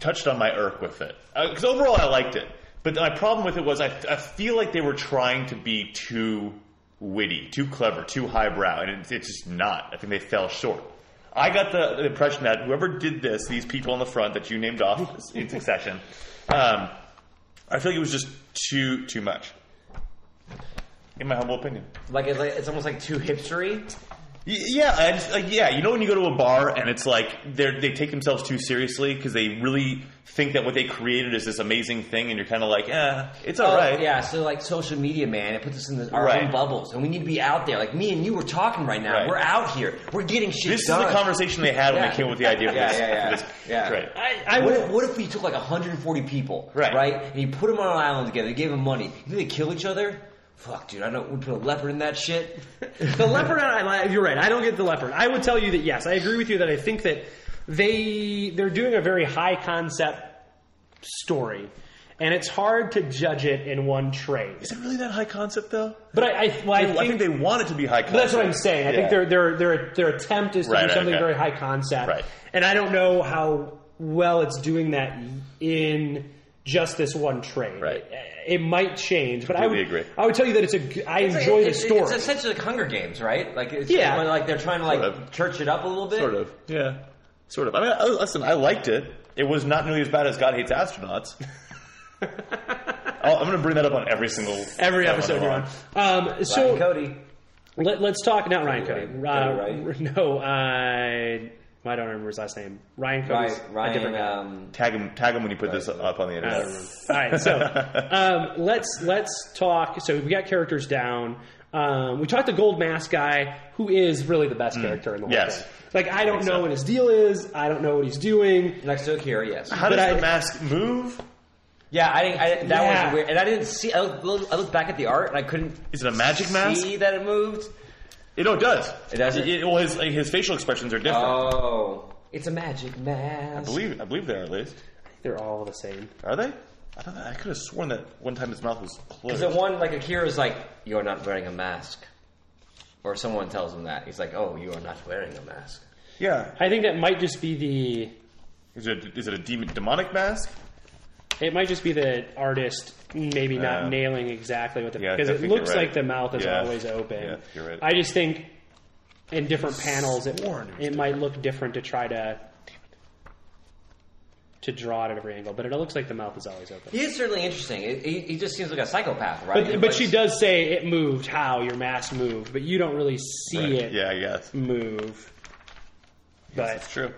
touched on my irk with it because overall I liked it. But my problem with it was I, I feel like they were trying to be too witty, too clever, too highbrow, and it's it's just not. I think they fell short. I got the, the impression that whoever did this, these people on the front that you named off in succession, um, I feel like it was just too too much. In my humble opinion.
Like it's, like, it's almost like too hipstery.
Y- Yeah, I just, like, yeah. You know when you go to a bar and it's like they they take themselves too seriously because they really think that what they created is this amazing thing, and you're kind of like, eh, it's all
Oh,
right.
Yeah, so like social media, man, it puts us in the, our
Right.
own bubbles, and we need to be out there. Like me and you were talking right now.
Right.
We're out here. We're getting shit
This
done.
is the conversation they had when
Yeah.
they came up with the idea for
Yeah,
this.
yeah, yeah.
for this-
Yeah.
Right.
I, I
what,
would.
if, what if we took like 140 people,
Right.
and you put them on an island together, gave them money, did they kill each other? Fuck, dude, I know we put a leopard in that shit.
the leopard. I, I- you're right. I don't get the leopard. I would tell you that yes, I agree with you that I think that they they're doing a very high concept story, and it's hard to judge it in one trade.
Is it really that high concept though?
But I, I, well, I
I think they want it to be high concept.
But that's what I'm saying. I think
Yeah.
their their their their attempt is to
Right,
do
right,
something
okay.
very high concept,
Right.
and I don't know how well it's doing that in just this one trade.
Right.
It, it might change, but I would
Completely agree.
I would tell you that it's a g- I enjoy
it's,
the story.
It's essentially like Hunger Games, right? Like, it's
Yeah.
when, like they're trying to like
Sort of.
church it up a little bit.
Sort of. Yeah. Sort of. I mean, I, listen, I liked it. It was not nearly as bad as God Hates Astronauts. I'll, I'm going to bring that up on every single
Every
time I'm
episode you're on.
along.
Um,
Ryan
so
Cody.
let, us talk. Not Ryan Cody.
Cody,
Uh, [laughs]
right?
No, uh, I don't remember his last name. Ryan Cody.
Ryan, Ryan uh, um,
Tag him, tag him when you put this up on the
I
internet.
don't remember. All right, so
[laughs]
um, let's let's talk. So we got characters down. Um, we talked the gold mask guy, who is really the best character in the whole
Yes.
thing. Like I don't
think
know
so.
what his deal is. I don't know what he's doing.
next to Akira, yes.
How
But
does
I-
the mask move?
Yeah, I didn't. I, that
Yeah.
was weird, and I didn't see. I looked, I looked back at the art, and I couldn't.
Is it a magic mask?
See that it moved.
You know, it does.
It doesn't?
well, his, like, his facial expressions are different.
Oh, it's a magic mask.
I believe I believe they are at least.
They're all the same.
Are they? I don't. know. I could have sworn that one time his mouth was closed.
Is it one like Akira's like you're not wearing a mask, or someone tells him that he's like, oh, you are not wearing a mask.
yeah.
I think that might just be
Is it is it a demon, demonic mask?
the. It might just be the artist maybe not
Yeah.
nailing exactly what the
Yeah, I
because it
think you're
looks
right.
like the mouth is
Yeah.
always open.
Yeah, you're right.
I just think in different panels it,
Sworn it was
it might look different to try to to draw it at every angle, but it looks like the mouth is always open.
He is certainly interesting. He- He, he just seems like a psychopath, right?
But, but she does say it moved, how your mask moved, but you don't really see it
Yeah, I guess.
move.
That's
But
true.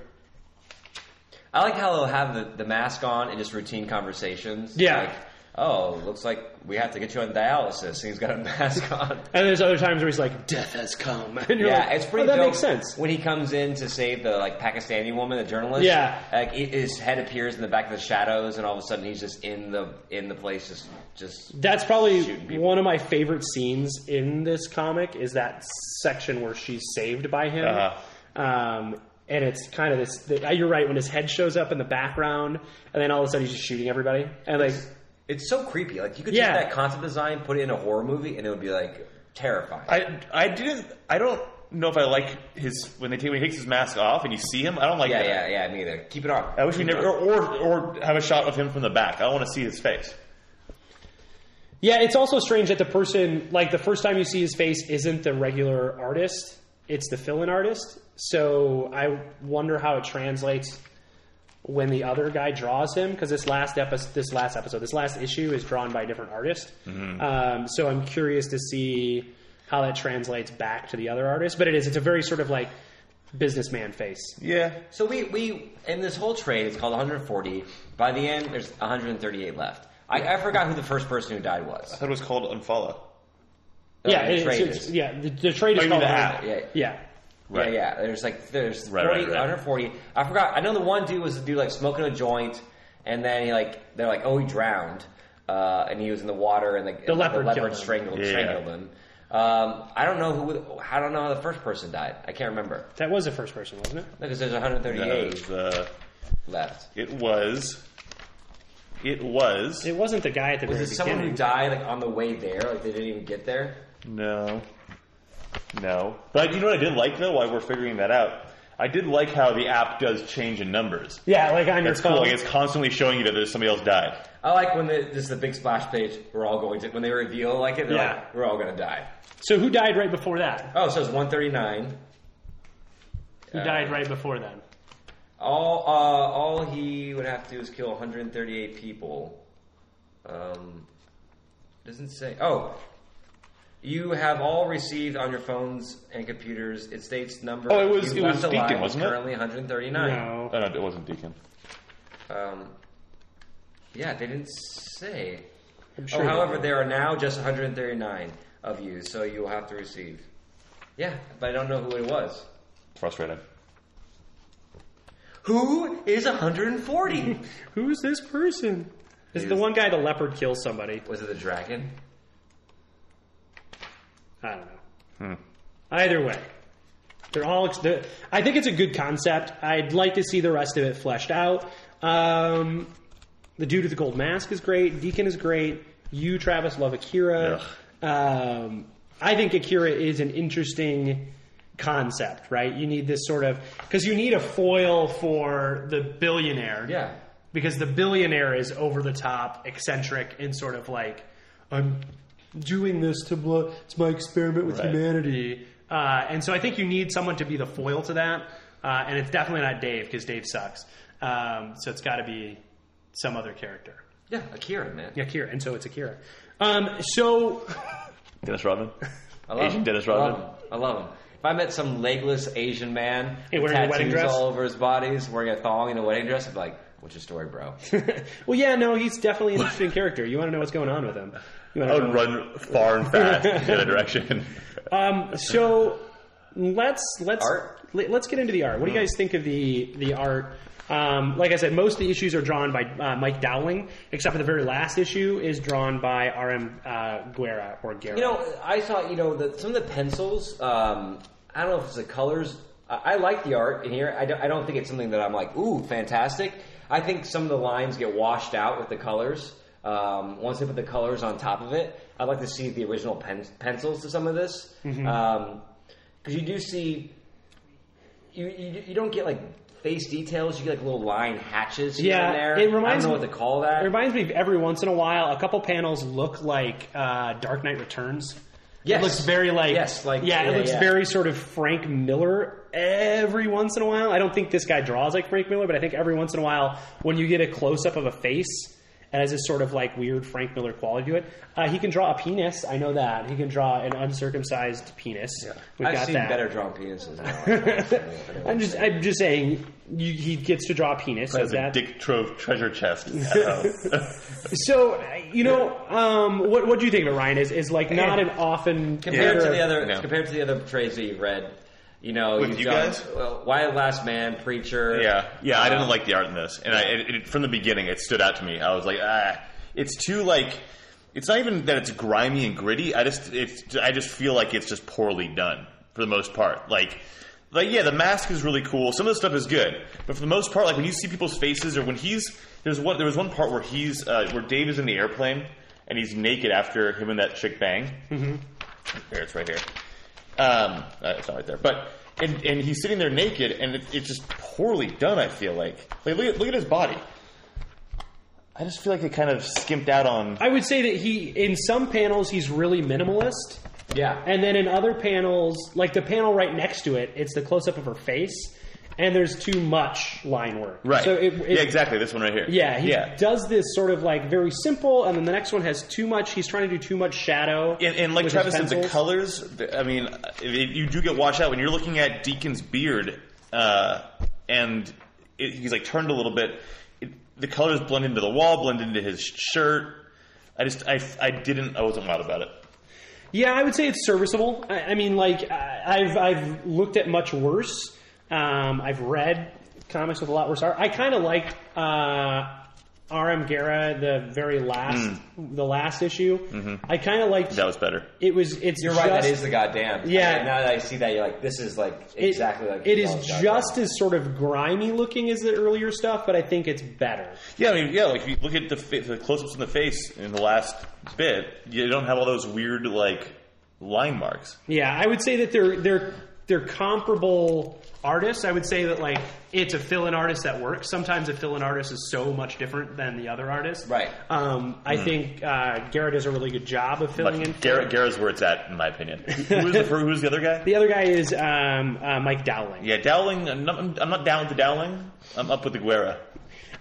I like how they'll have the, the mask on in just routine conversations.
Yeah.
Like, oh, looks like we have to get you on dialysis. And he's got a [laughs] mask on.
and there's other times where he's like, "Death has come," [laughs] and you're
Yeah,
like,
it's pretty.
"Oh, that
dope
makes sense."
when he comes in to save the like Pakistani woman, the journalist.
Yeah.
like he- his head appears in the back of the shadows, and all of a sudden he's just in the in the place, just just
That's probably
Shooting people.
one of my favorite scenes in this comic is that section where she's saved by him.
Uh-huh.
Um, and it's kind of this. The, you're right. When his head shows up in the background, and then all of a sudden he's just shooting everybody, and like
it's so creepy. Like you could
Yeah.
take that concept design, put it in a horror movie, and it would be like terrifying.
I I didn't. I don't know if I like his when they take when he takes his mask off and you see him. I don't like
yeah,
that.
yeah, yeah. Me either. Keep it on.
I wish we
Keep it
never
on.
or, or or have a shot of him from the back. I want to see his face.
Yeah, it's also strange that the person, like the first time you see his face, isn't the regular artist. It's the fill-in artist. So I wonder how it translates when the other guy draws him, because this last episode, this last episode, this last issue is drawn by a different artist. Um, so I'm curious to see how that translates back to the other artist. But it is, it's a very sort of like businessman face.
Yeah.
So we we in this whole trade, it's called 140. By the end, there's 138 left. I, I forgot who the first person who died was. Uh,
I thought it was called unfollow.
yeah,
the
it-
trade
it's, it's-
is.
yeah. The, the trade
Oh,
is
you mean
called
the app.
Yeah.
Yeah.
Right.
Yeah, yeah. There's like there's
Right,
40,
right, right.
140. I forgot. I know the one dude was the dude like smoking a joint, and then he like they're like, oh, he drowned, uh, and he was in the water, and the, and
leopard killed him.
strangled
Yeah.
strangled him. Um, I don't know who. I don't know how the first person died. I can't remember
That was the first person, wasn't it?
uh,
because there's
That
138
was, uh,
left.
it was It was
It wasn't the guy at the
Was
very
it someone who
beginning.
died like on the way there? Like they didn't even get there.
no, no. But you know what I did like though? While we're figuring that out, I did like how the app does change in numbers.
yeah, like on
That's
your
cool.
phone.
Like, it's constantly showing you that there's somebody else died.
I like when the, this is the big splash page. We're all going to when they reveal like it. They're
Yeah.
like, we're all gonna die.
So who died right before that?
Oh, so it's one thirty nine.
Who died right before then?
All uh, all he would have to do is kill 138 people. Um, doesn't say. Oh, you have all received on your phones and computers. It states number.
Oh, it was-
you
it was
left alive
Deacon,
is
wasn't it?
Currently 139.
No.
Oh, no, it wasn't Deacon.
Um, yeah, they didn't say.
I'm
oh,
sure.
however, there are now just 139 of you, so you will have to receive. Yeah, but I don't know who it was.
Frustrated.
Who is 140?
[laughs]
Who's this person? Is the
He's-
one guy the leopard kills somebody?
was it the dragon?
I don't know. Either way, they're all. ex- They're, I think it's a good concept. I'd like to see the rest of it fleshed out. Um, the dude with the gold mask is great. Deacon is great. You, Travis, love Akira. Um, I think Akira is an interesting concept, right? You need this sort of because you need a foil for the billionaire
Yeah.
because the billionaire is over the top, eccentric, and sort of like, I'm doing this to blow. It's my experiment with
Right.
humanity. Uh, and so I think you need someone to be the foil to that. Uh, and it's definitely not Dave because Dave sucks. Um, so it's got to be some other character.
Yeah, Akira, man.
Yeah, Akira. And so it's Akira. Um, so
Dennis Rodman.
I love
Asian
him.
Dennis
I love
Rodman.
him. I love him. If I met some legless Asian man
Hey,
with
wearing a wedding
tattoos
dress?
all over his bodies, wearing a thong and a wedding dress, I'd be like, "What's your story, bro?"
well, yeah, no, he's definitely an interesting character. You want to know what's going on with him. You
I
wanna know-
would run far and fast in
[laughs]
the other direction.
Um, so let's let's
Art?
Let, us get into the art. What do you guys think of the the art? Um, like I said, most of the issues are drawn by uh, Mike Dowling, except for the very last issue is drawn by R.M. Uh, Guerra or Guerra.
You know, I saw you know the, some of the pencils. Um, I don't know if it's the colors. I, I like the art in here. I don't, I don't think it's something that I'm like, "Ooh, fantastic." I think some of the lines get washed out with the colors. Um, once they put the colors on top of it, I'd like to see the original pen, pencils to some of this because
Mm-hmm.
you do see you, you you don't get like face details. You get like little line hatches here
Yeah,
and there.
it reminds
I don't know
me-
what to call
it
that.
reminds me of every once in a while, a couple panels look like uh, Dark Knight Returns.
Yes.
It looks very like
Yes, like-
yeah, it
yeah,
looks
yeah.
very sort of Frank Miller every once in a while. I don't think this guy draws like Frank Miller, but I think every once in a while when you get a close up of a face and has this sort of like weird Frank Miller quality to it, uh, he can draw a penis. I know that he can draw an uncircumcised penis. We've
I've
got
seen
that.
better drawn penises.
[laughs]
Now.
I'm just I'm just saying you, he gets to draw a penis. so
That's a
that
dick trove treasure chest.
[laughs]
That's
So uh, you know, um, what what do you think of it, Ryan? Is is like not an often
compared
Yeah.
to the other
No.
compared to the other trades that you've read. You know,
With
you've
you
done,
guys?
Well, Why Last Man, Preacher.
Yeah, yeah. I didn't
Uh,
like the art in this, and I, it, it, from the beginning, it stood out to me. I was like, ah, it's too like. It's not even that it's grimy and gritty. I just, it's, I just feel like it's just poorly done for the most part. Like, like yeah, the mask is really cool. Some of the stuff is good, but for the most part, like when you see people's faces or when he's there's one there was one part where he's uh, where Dave is in the airplane and he's naked after him and that chick bang. Here, it's right here. Um, uh, it's not right there, but and and he's sitting there naked, and it, it's just poorly done. I feel like like look at look at his body. I just feel like they kind of skimped out on.
I would say that he in some panels he's really minimalist,
yeah.
and then in other panels, like the panel right next to it, it's the close up of her face, and there's too much line work.
Right.
So it, it-
yeah, exactly. This one right here.
Yeah, he
yeah.
does this sort of like very simple, and then the next one has too much. He's trying to do too much shadow.
And, and like
with his
Travis said, the
pencils.
colors. the- I mean, uh, it, you do get washed out when you're looking at Deacon's beard, uh, and it, he's like turned a little bit. It, the colors blend into the wall, blend into his shirt. I just, I, I didn't, I wasn't wild about it.
Yeah, I would say it's serviceable. I, I mean, like I- I've I've looked at much worse. Um, I've read comics with a lot worse art. I kind of liked uh, RM Guerra, the very last, the last issue. I kind of liked
That was better.
it was. It's
You're right. That
just-
is the goddamn.
Yeah.
And now that I see that, you're like, this is like
it-
exactly like
it is
Donald Duck.
just as sort of grimy looking as the earlier stuff, but I think it's better.
Yeah, I mean, yeah. Like if you look at the fa- the close-ups in the face in the last bit, you don't have all those weird like line marks.
Yeah, I would say that they're they're they're comparable artists. I would say that like it's a fill-in artist that works. Sometimes a fill-in artist is so much different than the other artist.
Right.
Um, I think uh, Garrett does a really good job of filling in.
Hmm. But
for-
Garrett, Garrett's where it's at, in
[laughs]
my opinion. Who's the fir- who's the other guy?
The other guy is um, uh, Mike Dowling.
Yeah, Dowling. I'm not, I'm not down with the Dowling. I'm up with the Guerra.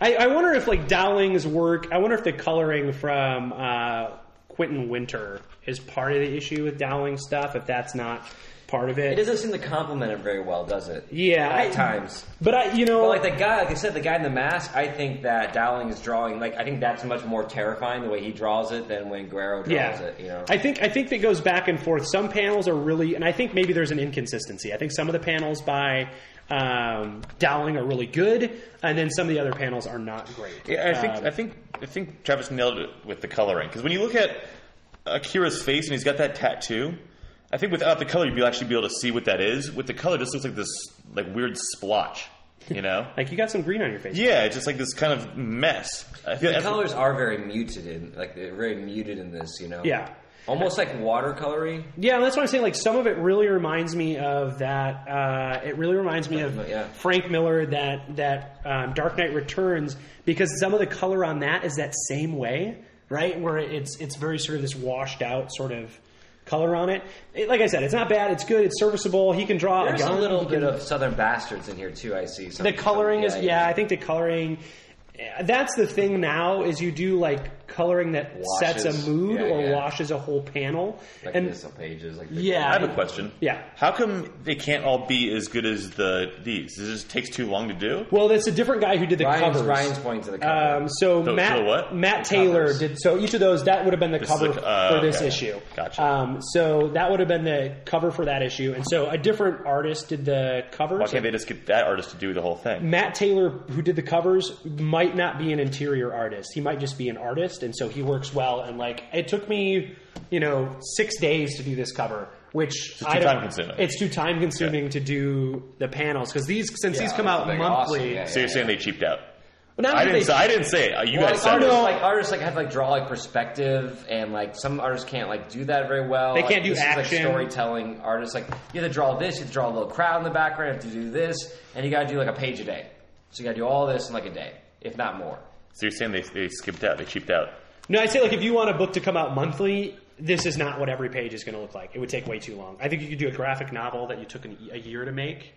I, I wonder if like Dowling's work. I wonder if the coloring from uh, Quentin Winter is part of the issue with Dowling stuff. If that's not part of
It
it,
doesn't seem to compliment it very well, does it?
Yeah,
At
I-
times.
but I, you know,
But like the guy, like I said, the guy in the mask. I think that Dowling is drawing. Like I think that's much more terrifying the way he draws it than when Guerrero draws
yeah,
it. You know.
I think I think that goes back and forth. Some panels are really, and I think maybe there's an inconsistency. I think some of the panels by um, Dowling are really good, and then some of the other panels are not great.
Yeah, I think
Um,
I think I think Travis nailed it with the coloring because when you look at Akira's face and he's got that tattoo, I think without the color you'd be actually be able to see what that is. With the color, it just looks like this like weird splotch,
[laughs]
you know?
like you got some green on your face.
yeah, it's just like this kind of mess. I feel
the
that's-
colors are very muted in, like they're very muted in this. You know.
Yeah.
Almost like watercolory.
Yeah, that's what I'm saying. Like some of it really reminds me of that. Uh, it really reminds me of
Yeah.
Frank Miller that that um, Dark Knight Returns because some of the color on that is that same way, right? Where it's it's very sort of this washed out sort of color on it. It- like I said, it's not bad. It's good. It's serviceable. He can draw
There's
a
a
gun.
little
he
bit
can-
of Southern Bastards in here too. I see.
the coloring is yeah. I think the coloring. That's the thing now is you do like coloring that
Washes.
sets a mood
Yeah,
or
yeah.
washes a whole panel
Like
and
missile pages. Like the-
yeah.
I have a question.
Yeah.
How come they can't all be as good as the these? This just takes too long to do.
Well, that's a different guy who did the
Ryan's,
covers.
Ryan's pointing to the cover.
Um, so
So-
Matt
so what?
Matt
The
Taylor
covers.
did so each of those that would have been the
is
cover
the- uh,
for this
okay.
issue.
Gotcha.
Um, so that would have been the cover for that issue, and so a different artist did the covers.
Why can't they just get that artist to do the whole thing?
Matt Taylor, who did the covers, might not be an interior artist. He might just be an artist, and so he works well. And like, it took me, you know, six days to do this cover, which it's
too time-consuming.
It's too time consuming to do the panels because these since
Yeah,
these come out
they're
monthly.
awesome, yeah, yeah.
So you're saying they cheaped out?
But not
I
that
didn't.
they-
say, I didn't say it. Uh, You
Well,
guys
like,
said it.
artists,
No.
like artists like have like draw like perspective and like some artists can't like do that very well.
They
Like,
can't do
this is,
action.
like storytelling artists like you have to draw this, you have to draw a little crowd in the background, you have to do this, and you got to do like a page a day. So you got to do all this in like a day, if not more.
So you're saying they, they skipped out? They cheaped out?
No, I'd say like if you want a book to come out monthly, this is not what every page is going to look like. It would take way too long. I think you could do a graphic novel that you took an, a year to make.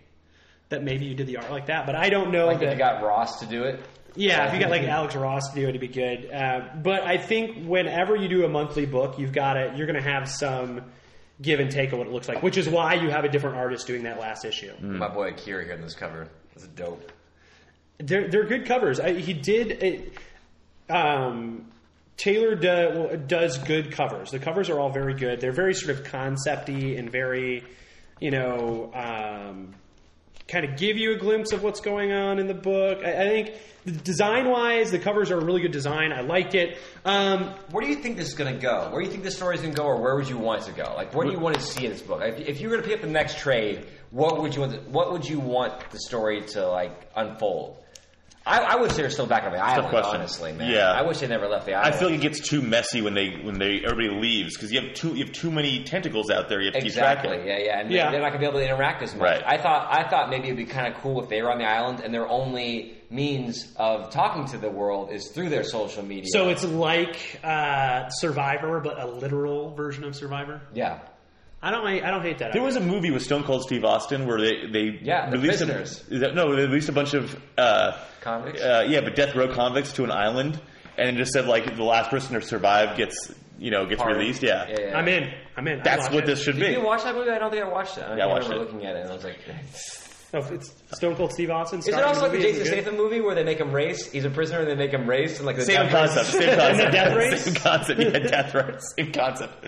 That maybe you did the art like that, but I don't know.
Like if
that,
you got Ross to do it,
yeah, if you got like Alex Ross to do it, it'd be good. Uh, but I think whenever you do a monthly book, you've got to you're going to have some give and take of what it looks like, which is why you have a different artist doing that last issue.
my boy Akira here in this cover is dope.
They're they're good covers. I, he did. It, um, Taylor do, does good covers. The covers are all very good. They're very sort of concepty and very, you know, um, kind of give you a glimpse of what's going on in the book. I, I think design wise, the covers are a really good design. I like it. Um,
Where do you think this is going to go? Where do you think this story is going to go, or where would you want it to go? Like, what do you want to see in this book? If, if you were to pick up the next trade, what would you want? The, what would you want the story to like unfold? I, I wish they were still back on the island.
question.
Honestly, man,
Yeah.
I wish they never left the
I
island.
feel like it gets too messy when they when they everybody leaves because you have too you have too many tentacles out there. You have to keep track
exactly.
of.
Yeah, yeah. And
Yeah.
they're not going to be able to interact as much.
Right.
I thought I thought maybe it'd be kind of cool if they were on the island and their only means of talking to the world is through their social media.
so it's like uh, Survivor, but a literal version of Survivor.
yeah.
I don't I don't hate that.
There was a movie with Stone Cold Steve Austin where they they
Yeah, the
released a,
prisoners.
is that- no they released a bunch of uh,
Convicts?
uh, yeah but death row convicts to an island and it just said like the last person to survive gets you know gets
Pardon.
released yeah,
Yeah, yeah.
I'm in. I'm in. I
that's
watch
what
it.
this should
Did
be
you watch that movie? I don't think I watched it. I,
Yeah, I watched
remember
it.
looking at it and I was like,
Oh, it's Stone Cold Steve Austin.
Is it also like the Jason Statham movie where they make him race? He's a prisoner and they make him race and like the [laughs]
same
death race?
concept same concept
death race?
same concept yeah death row same concept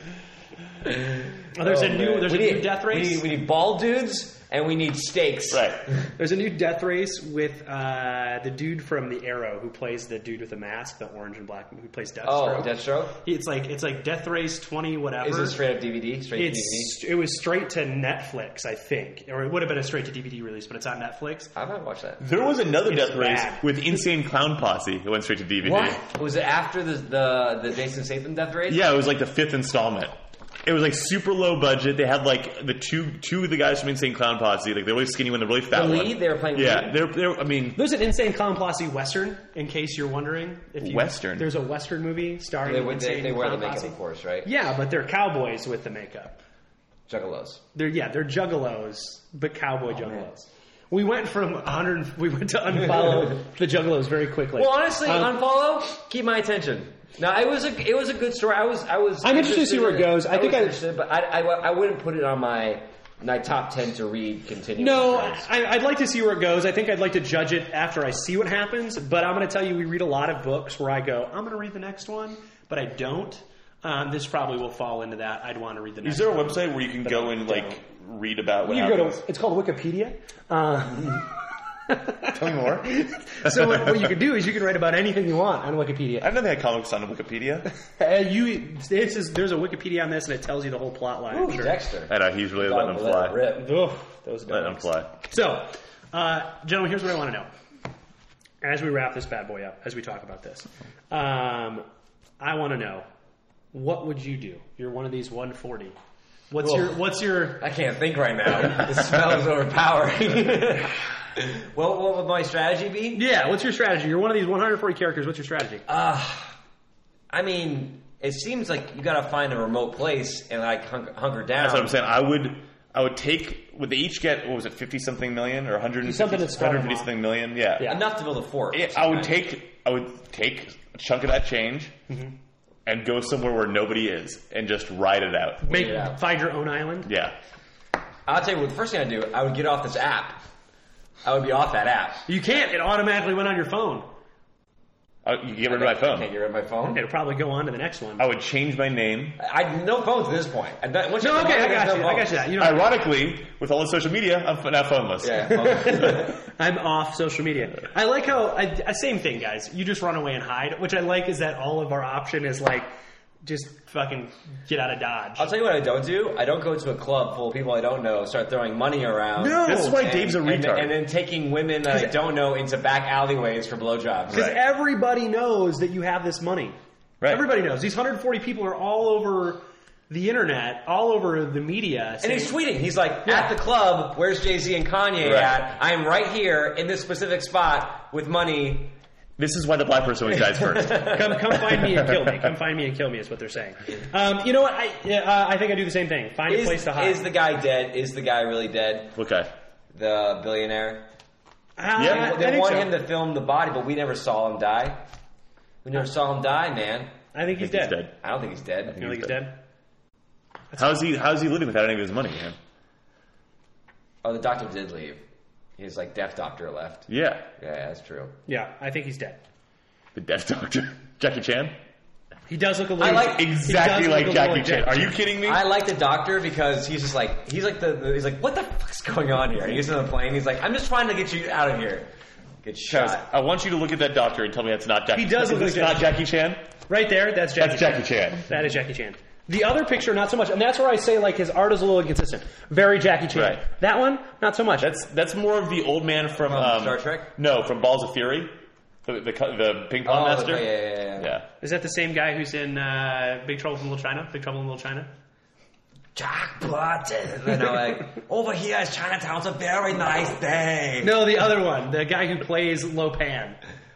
Oh, there's a
Oh,
new
man.
there's
we
a
need,
new death race.
We need, we need ball dudes and we need stakes.
Right.
There's a new death race with uh, the dude from The Arrow who plays the dude with the mask, the orange and black, who plays Deathstroke.
Oh, Deathstroke
It's like it's like Death Race twenty whatever.
is it straight up DVD? Straight Mm-hmm.
It's it was straight to Netflix, I think, or it would have been a straight to DVD release, but it's on Netflix.
DVD. I might watch that.
There was another
It's
death race
bad.
with Insane Clown Posse. It went straight to DVD.
What was it after the the, the Jason Statham death race?
Yeah, it was like the fifth installment. It was like super low budget. They had like the two two of the guys from Insane Clown Posse. Like they're really skinny one, they're really fat
The
one.
lead? They were playing
Yeah,
lead?
they're, they're. I mean,
There's an insane Clown Posse western, in case you're wondering. If you,
Western?
There's a western movie starring
They,
insane
they, they wear the
Clown
makeup,
Posse.
of course, right?
Yeah, but they're cowboys with the makeup.
Juggalos.
They're yeah, they're juggalos, but cowboy
Oh,
juggalos. We went from 100. We went to
[laughs]
unfollow the juggalos very quickly.
Well, honestly,
Um,
unfollow. Keep my attention. Now, it was a it was a good story. I was I was.
I'm interested to see where it
in
goes. I think
was
I-
interested, but I, I I wouldn't put it on my my top ten to read. Continue.
No, I, I'd like to see where it goes. I think I'd like to judge it after I see what happens. But I'm going to tell you, we read a lot of books where I go, I'm going to read the next one, but I don't. Um, this probably will fall into that. I'd want to read the next.
is there a website where you can go and like read about what
one. You go
happens?
to it's called Wikipedia. Um,
[laughs] Tell me more.
[laughs] So what, what you can do is you can write about anything you want on Wikipedia.
I've never had comics on Wikipedia.
Uh, you, this is, there's a Wikipedia on this, and it tells you the whole plot line.
Oh,
I'm
Ooh,
sure.
Dexter.
I know he's really letting them
Let it
fly.
rip.
Ugh, those
Let them
dogs.
fly.
So, uh, gentlemen, here's what I want to know. As we wrap this bad boy up, as we talk about this, um, I want to know what would you do? You're one of these 140. What's
Whoa.
your What's your
I can't think right now. [laughs] the smell is overpowering. [laughs] well, what would my strategy be?
yeah? What's your strategy? You're one of these 140 characters. What's your strategy?
Uh, Ah, I mean, it seems like you got to find a remote place and like hunker, hunker down.
That's what I'm saying. I would, I would take. Would they each get what was it, fifty something million or one hundred
Something to start them off.
something million? Yeah.
Yeah.
Enough to build a fort.
Yeah, I would take. I would take a chunk of that change
Mm-hmm.
and go somewhere where nobody is and just ride it out.
Make
yeah.
find your own island.
Yeah.
I'll tell you what. The first thing I do, I would get off this app. I would be off that app.
You can't. It automatically went on your phone.
I, Uh, you can get rid of my phone.
Can't get rid of my phone.
It'll probably go on to the next one.
I would change my name.
I no phones at this point. I, don't- once
no,
you
okay, I
there's
got
no
you. I got
phones.
you. That you know,
Ironically, with all the social media, I'm f- now phoneless.
Yeah, phones.
[laughs] I'm off social media. I like how I, I- same thing, guys. You just run away and hide, which I like is that all of our option is like just fucking get out of dodge.
I'll tell you what I don't do. I don't go to a club full of people I don't know, start throwing money around.
No.
This is why
And-
Dave's a
and-
retard.
And, then taking women that I don't know into back alleyways for blowjobs.
Because
Right.
everybody knows that you have this money.
Right.
Everybody knows. These 140 people are all over the internet, all over the media.
And
saying-
he's tweeting. He's like, at the club, where's Jay Z and Kanye
Right.
at? I am right here in this specific spot with money.
[laughs] This is why the black person always dies
[laughs]
first.
[laughs] come, come find me and kill me. Come find me and kill me is what they're saying. Um, you know what? I, uh, I think I do the same thing. Find a
Is,
place to hide.
is the guy dead? Is the guy really dead?
What guy?
The billionaire?
Ah,
Yeah,
I
well,
They
think
want
so.
him to film the body, but we never saw him die. We never saw him die, man.
I think he's
He's
dead.
dead.
I don't think he's dead.
You think he's dead?
How's he? How's he living without any of his money, man?
Oh, the doctor did leave. His like deaf doctor left.
Yeah,
Yeah, that's true.
Yeah, I think he's dead.
the death doctor, [laughs] Jackie Chan.
He does look a little.
like-
he does look
Exactly
a
like
little
Jackie Chan.
dead.
Are you kidding me?
I like the doctor because he's just like he's like the, the- he's like what the fuck's going on here? He's on the plane. He's like I'm just trying to get you out of here. Get shot.
I want you to look at that doctor and tell me that's not Jackie.
He does look
It's
like
not Jackie Chan.
Right there, that's Jackie.
That's
Chan.
Jackie Chan.
That is Jackie Chan. The other picture, not so much, and that's where I say like his art is a little inconsistent. Very Jackie Chan.
Right.
That one, not so much.
That's that's more of the old man from um,
Star Trek?
No, from Balls of Fury, the the, cu- the ping pong
Oh,
master.
yeah, yeah, yeah, yeah.
is that the same guy who's in uh, Big Trouble in Little China? Big Trouble in Little China.
Jackpot! You know, like over here is Chinatown's a very nice day.
No, the other one, the guy who plays Lopan.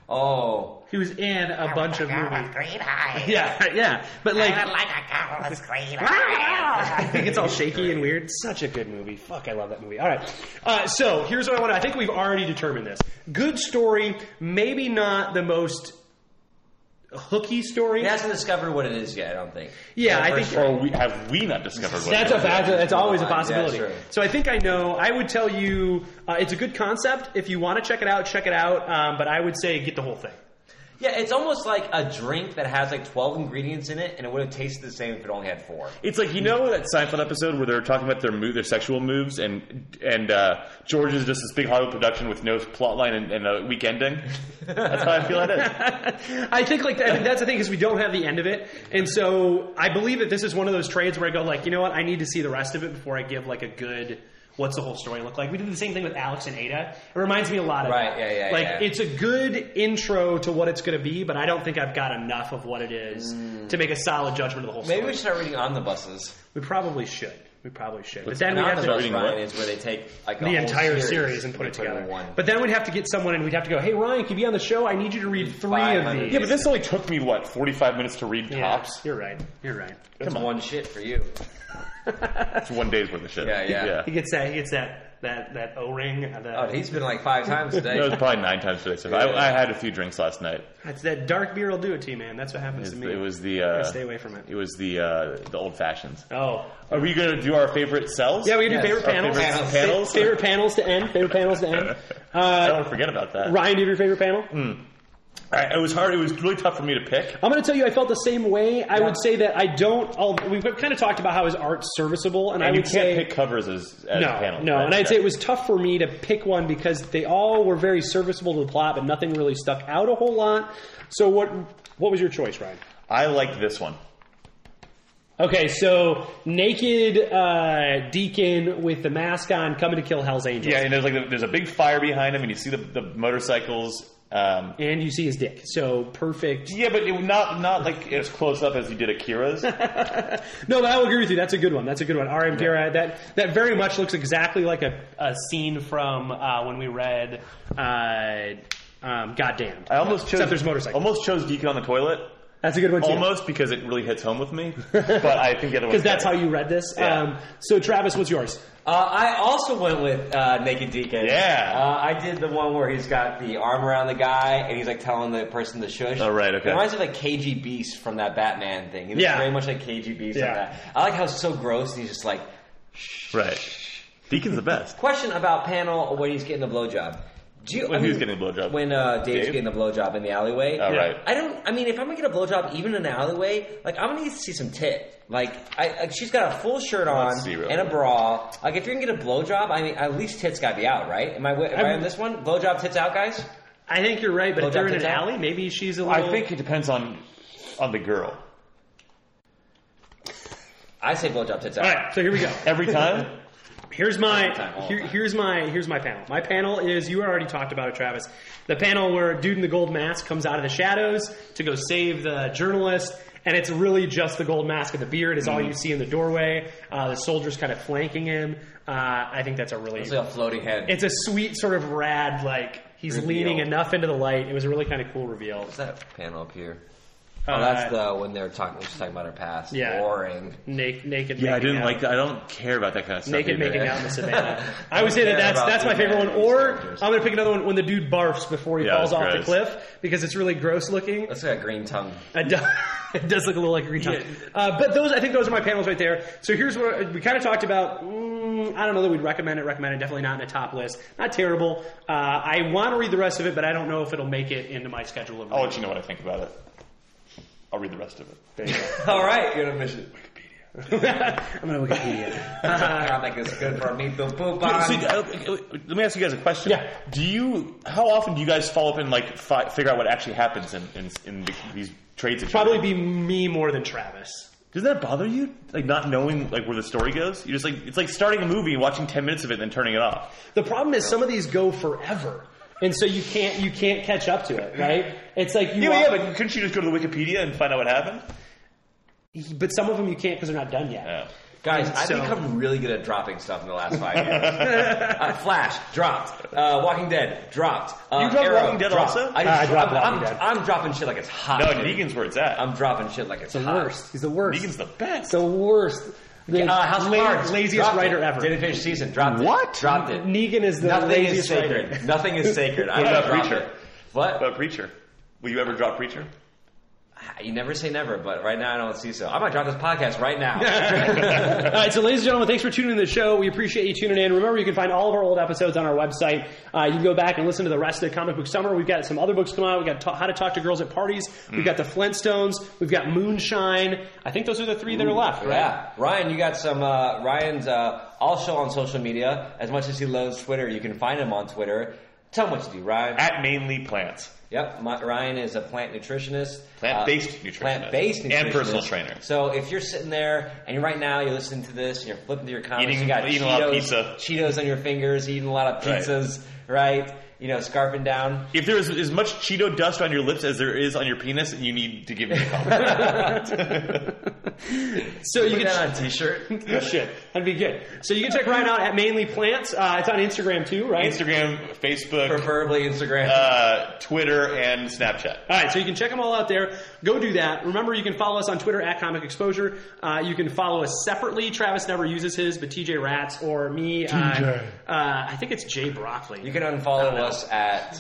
Oh,
He was in a bunch of movies.
Green eyes.
Yeah, [laughs] yeah, but like,
I would like a girl with
[laughs]
green eyes.
I think it's all shaky and weird. Such a good movie. Fuck, I love that movie. All right. Uh, so here's what I want to. I think we've already determined this. Good story, maybe not the most hooky story.
he hasn't discovered what it is yet. I don't think.
yeah,
The
I
first
think
Or we, have we not discovered what?
That's
it
a
is?
that's, a- that's always a
Yeah,
possibility.
sure.
So I think I know. I would tell you uh, it's a good concept. If you want to check it out, check it out. Um, but I would say get the whole thing.
Yeah, it's almost like a drink that has like 12 ingredients in it, and it would have tasted the same if it only had four.
It's like you know that Seinfeld episode where they're talking about their move, their sexual moves, and and uh, George is just this big Hollywood production with no plot line and, and a weak ending. That's how I feel
[laughs]
it is.
I think like that, that's the thing is we don't have the end of it, and so I believe that this is one of those trades where I go like, you know what, I need to see the rest of it before I give like a good. What's the whole story look like? We did the same thing with Alex and Ada. It reminds me a lot of
Right,
that.
yeah, yeah,
Like
yeah.
it's a good intro to what it's going to be, but I don't think I've got enough of what it is to make a solid judgment of the whole
Mm. Maybe
story.
we should start reading omnibuses.
We probably should. We probably should. But then
An
we have to
omnibus,
reading
Ryan,
what?
is where they take like a
the
whole
entire series,
series
and put it
they in
together.
One.
But then we'd have to get someone and we'd have to go, hey, Ryan, can you be on the show? I need you to read three of
500.
these.
Yeah, but this only took me what forty five minutes to read
Yeah,
tops.
You're right. You're right.
That's one shit for you.
It's one day's worth of shit.
Yeah, yeah.
He gets that. He gets that. That that O ring.
Oh, he's been like
[laughs]
five times
That was
today.
probably nine times today. So
Yeah.
I, I had a few drinks last night.
That's that dark beer will do it to you, man. That's what happens
It was,
to me.
it was the
Gotta
uh,
stay away from it.
It was the uh, the old fashions.
oh.
Are we gonna do our favorite cells?
Yeah, we can
Yes,
do favorite
our
panels.
Oh, favorite
Fa-
panels.
Favorite panels to end. Favorite panels to end.
[laughs] I
Uh,
don't Hmm. forget about that.
Ryan, do you have your favorite panel?
All right, it was hard. It was really tough for me to pick.
I'm going to tell you, I felt the same way. I would say that I don't. i we've kind of talked about how his art's serviceable, and, I
And
would
you can't
say
pick covers as, as
no,
panels.
no.
right?
And I'd say
Okay.
it was tough for me to pick one because they all were very serviceable to the plot, but nothing really stuck out a whole lot. So what what was your choice, Ryan?
I liked this one.
Okay, so naked uh, deacon with the mask on coming to kill Hell's Angels.
Yeah, and there's like a, there's a big fire behind him, and you see the, the motorcycles. Um,
And you see his dick. So perfect.
yeah, but it, not not like as close up as you did [laughs] Akira's.
No, but I will agree with you. That's a good one. That's a good one. R.M. Pira, that, that very much looks exactly like a, a scene from uh, when we read uh, um, Goddamn.
I almost chose
Except there's motorcycles.
Almost chose Deacon on the toilet.
That's a good one, too.
Almost because it really hits home with me. But I think the [laughs] other
Because that's how you read this.
Yeah.
Um, so, Travis, what's yours?
Uh, I also went with uh, Naked Deacon.
Yeah.
Uh, I did the one where he's got the arm around the guy and he's like telling the person to shush.
Oh, right, okay.
It reminds me of like KG Beast from that Batman thing. He looks
Yeah.
very much like KG Beast.
Yeah.
Like that. I like how it's so gross and he's just like,
right. Deacon's the best.
Question about panel when he's getting a blowjob. Do you,
When who's getting a blowjob?
When uh, Dave's
Dave?
getting a blowjob in the alleyway.
Oh, right.
I don't. I mean, if I'm gonna get a blowjob even in an alleyway, like I'm gonna need to see some tit. Like, I, like she's got a full shirt on
see real
and a
quick.
bra. Like, if you're gonna get a blowjob, I mean, at least tits gotta be out, right? Am I? wi- Am I
I'm-
on this one? Blowjob tits out, guys.
I think you're right, but if
Blowjob
they're in an
tits out?
alley, maybe she's a little.
I think it depends on on the girl.
I say blowjob tits out.
All right, so here we go.
Every time.
Here's
time,
my
all
here,
time.
here's my here's my panel. My panel is you already talked about it, Travis. The panel where dude in the gold mask comes out of the shadows to go save the journalist, and it's really just the gold mask and the beard is
Mm-hmm.
all you see in the doorway. Uh, the soldiers kind of flanking him. Uh, I think that's a really
It's like a floating head.
it's a sweet sort of rad like he's
Reveal.
leaning enough into the light. It was a really kind of cool reveal.
What's that panel up here? Oh, that's the when they're talking. She's talking about her past.
Uh, Yeah.
Boring.
naked. naked
[laughs] Yeah, I
making
didn't
out.
like. I don't care about that kind of stuff.
Naked
either.
making out in the savannah. [laughs] I would say
care
that that's
about
that's my
the
favorite one.
humanities
Or
characters.
I'm gonna pick another one when the dude barfs before he
Yeah,
falls
it's
off the
gross.
cliff because it's really gross looking.
That's like a green tongue.
It does, [laughs] it does look a little like a green tongue. Uh, but those, I think those are my panels right there. So here's what we kind of talked about. Mm, I don't know that we'd recommend it. Recommend it. Definitely not in a top list. Not terrible. Uh, I want to read the rest of it, but I don't know if it'll make it into my schedule of.
I'll
Oh.
let you know what I think about it. I'll read the rest of it.
[laughs] All right, you're gonna miss it.
[laughs] I'm gonna Wikipedia.
I think it's good for me. Boop, boop,
Yeah,
bang.
so, uh, uh, let me ask you guys a question.
Yeah.
Do you? How often do you guys follow up and like fi- figure out what actually happens in in, in the, these trades? that you're
Probably be
in?
me more than Travis.
Does that bother you? Like not knowing like where the story goes. You just like it's like starting a movie, watching ten minutes of it, and then turning it off.
The problem is some of these go forever, and so you can't you can't catch up to it, right? It's like you
Yeah,
want-
yeah, but couldn't you just go to the Wikipedia and find out what happened?
but some of them you can't because they're not done
Uh,
yet.
Yeah.
Guys, I've
So-
become really good at dropping stuff in the last five
[laughs]
years. uh, Flash dropped. Uh, Walking Dead dropped. Uh,
You dropped
Arrow,
Walking Dead
dropped.
also?
I,
Uh, I dropped
am
Walking Dead.
I'm dropping shit like it's hot.
No,
dude.
Negan's where it's at.
I'm dropping shit like it's
The
hot.
worst. He's the worst.
Negan's the best.
the worst. The
Uh, House of
la-
Cards.
laziest
Dropped it.
writer ever.
Didn't finish season. Dropped it.
What?
Dropped it.
Negan is the
Nothing is
laziest
sacred.
writer.
Nothing is sacred. I
What about
dropped
Preacher?
it. What?
About Preacher. Will you ever drop Preacher?
You never say never, but right now I don't see so. I might drop this podcast
[laughs]
right
[laughs]
now.
all right, so ladies and gentlemen, thanks for tuning in to the show. We appreciate you tuning in. Remember, you can find all of our old episodes on our website. Uh, you can go back and listen to the rest of the comic book summer. We've got some other books coming out. We've got Ta- How to Talk to Girls at Parties.
Hmm.
We've got The Flintstones. We've got Moonshine. I think those are the three that are left, right?
yeah, Ryan, you got some. Uh, Ryan's uh, also on social media. As much as he loves Twitter, you can find him on Twitter. Tell him what to do, Ryan.
At mainly plants.
Yep, my, Ryan is a plant nutritionist.
Plant-based
Uh,
nutritionist.
Plant-based
And
nutritionist.
personal trainer.
So if you're sitting there and right now you're listening to this and you're flipping through your comments,
Eating-
you got
eating
Cheetos,
a lot of pizza.
Cheetos on your fingers, eating a lot of
Right.
pizzas, right? You know, scarfing down.
If there is as much Cheeto dust on your lips as there is on your penis, you need to give me a [laughs] compliment.
So you can
Put that on a
[laughs]
t-shirt.
Good shit. That'd be good. So you can check Ryan out at Mainly Plants. Uh, it's on Instagram too, right?
Instagram, Facebook,
Preferably Instagram.
uh, Twitter, and Snapchat.
all right, so you can check them all out there. Go do that. Remember, you can follow us on Twitter at Comic Exposure. Uh, you can follow us separately. Travis never uses his, but TJ Rats or me. TJ. Uh, uh, I think it's Jay Broccoli.
you can unfollow us at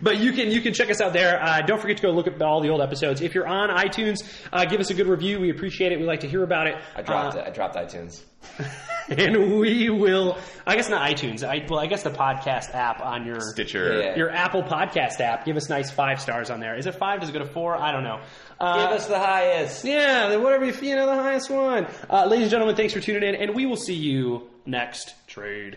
But you can you can check us out there. Uh, don't forget to go look at all the old episodes. If you're on iTunes, uh, give us a good review. We appreciate it. We like to hear about it.
I
Uh,
dropped it. I dropped iTunes.
it. [laughs] And we will. I guess not iTunes. I, well, I guess the podcast app on your
Stitcher.
Yeah.
your Apple Podcast app. Give us nice five stars on there. Is it five? Does it go to four? I don't know. Uh,
Give us the highest.
yeah, then whatever you feel, you know, the highest one. Uh, ladies and gentlemen, thanks for tuning in, and we will see you next trade.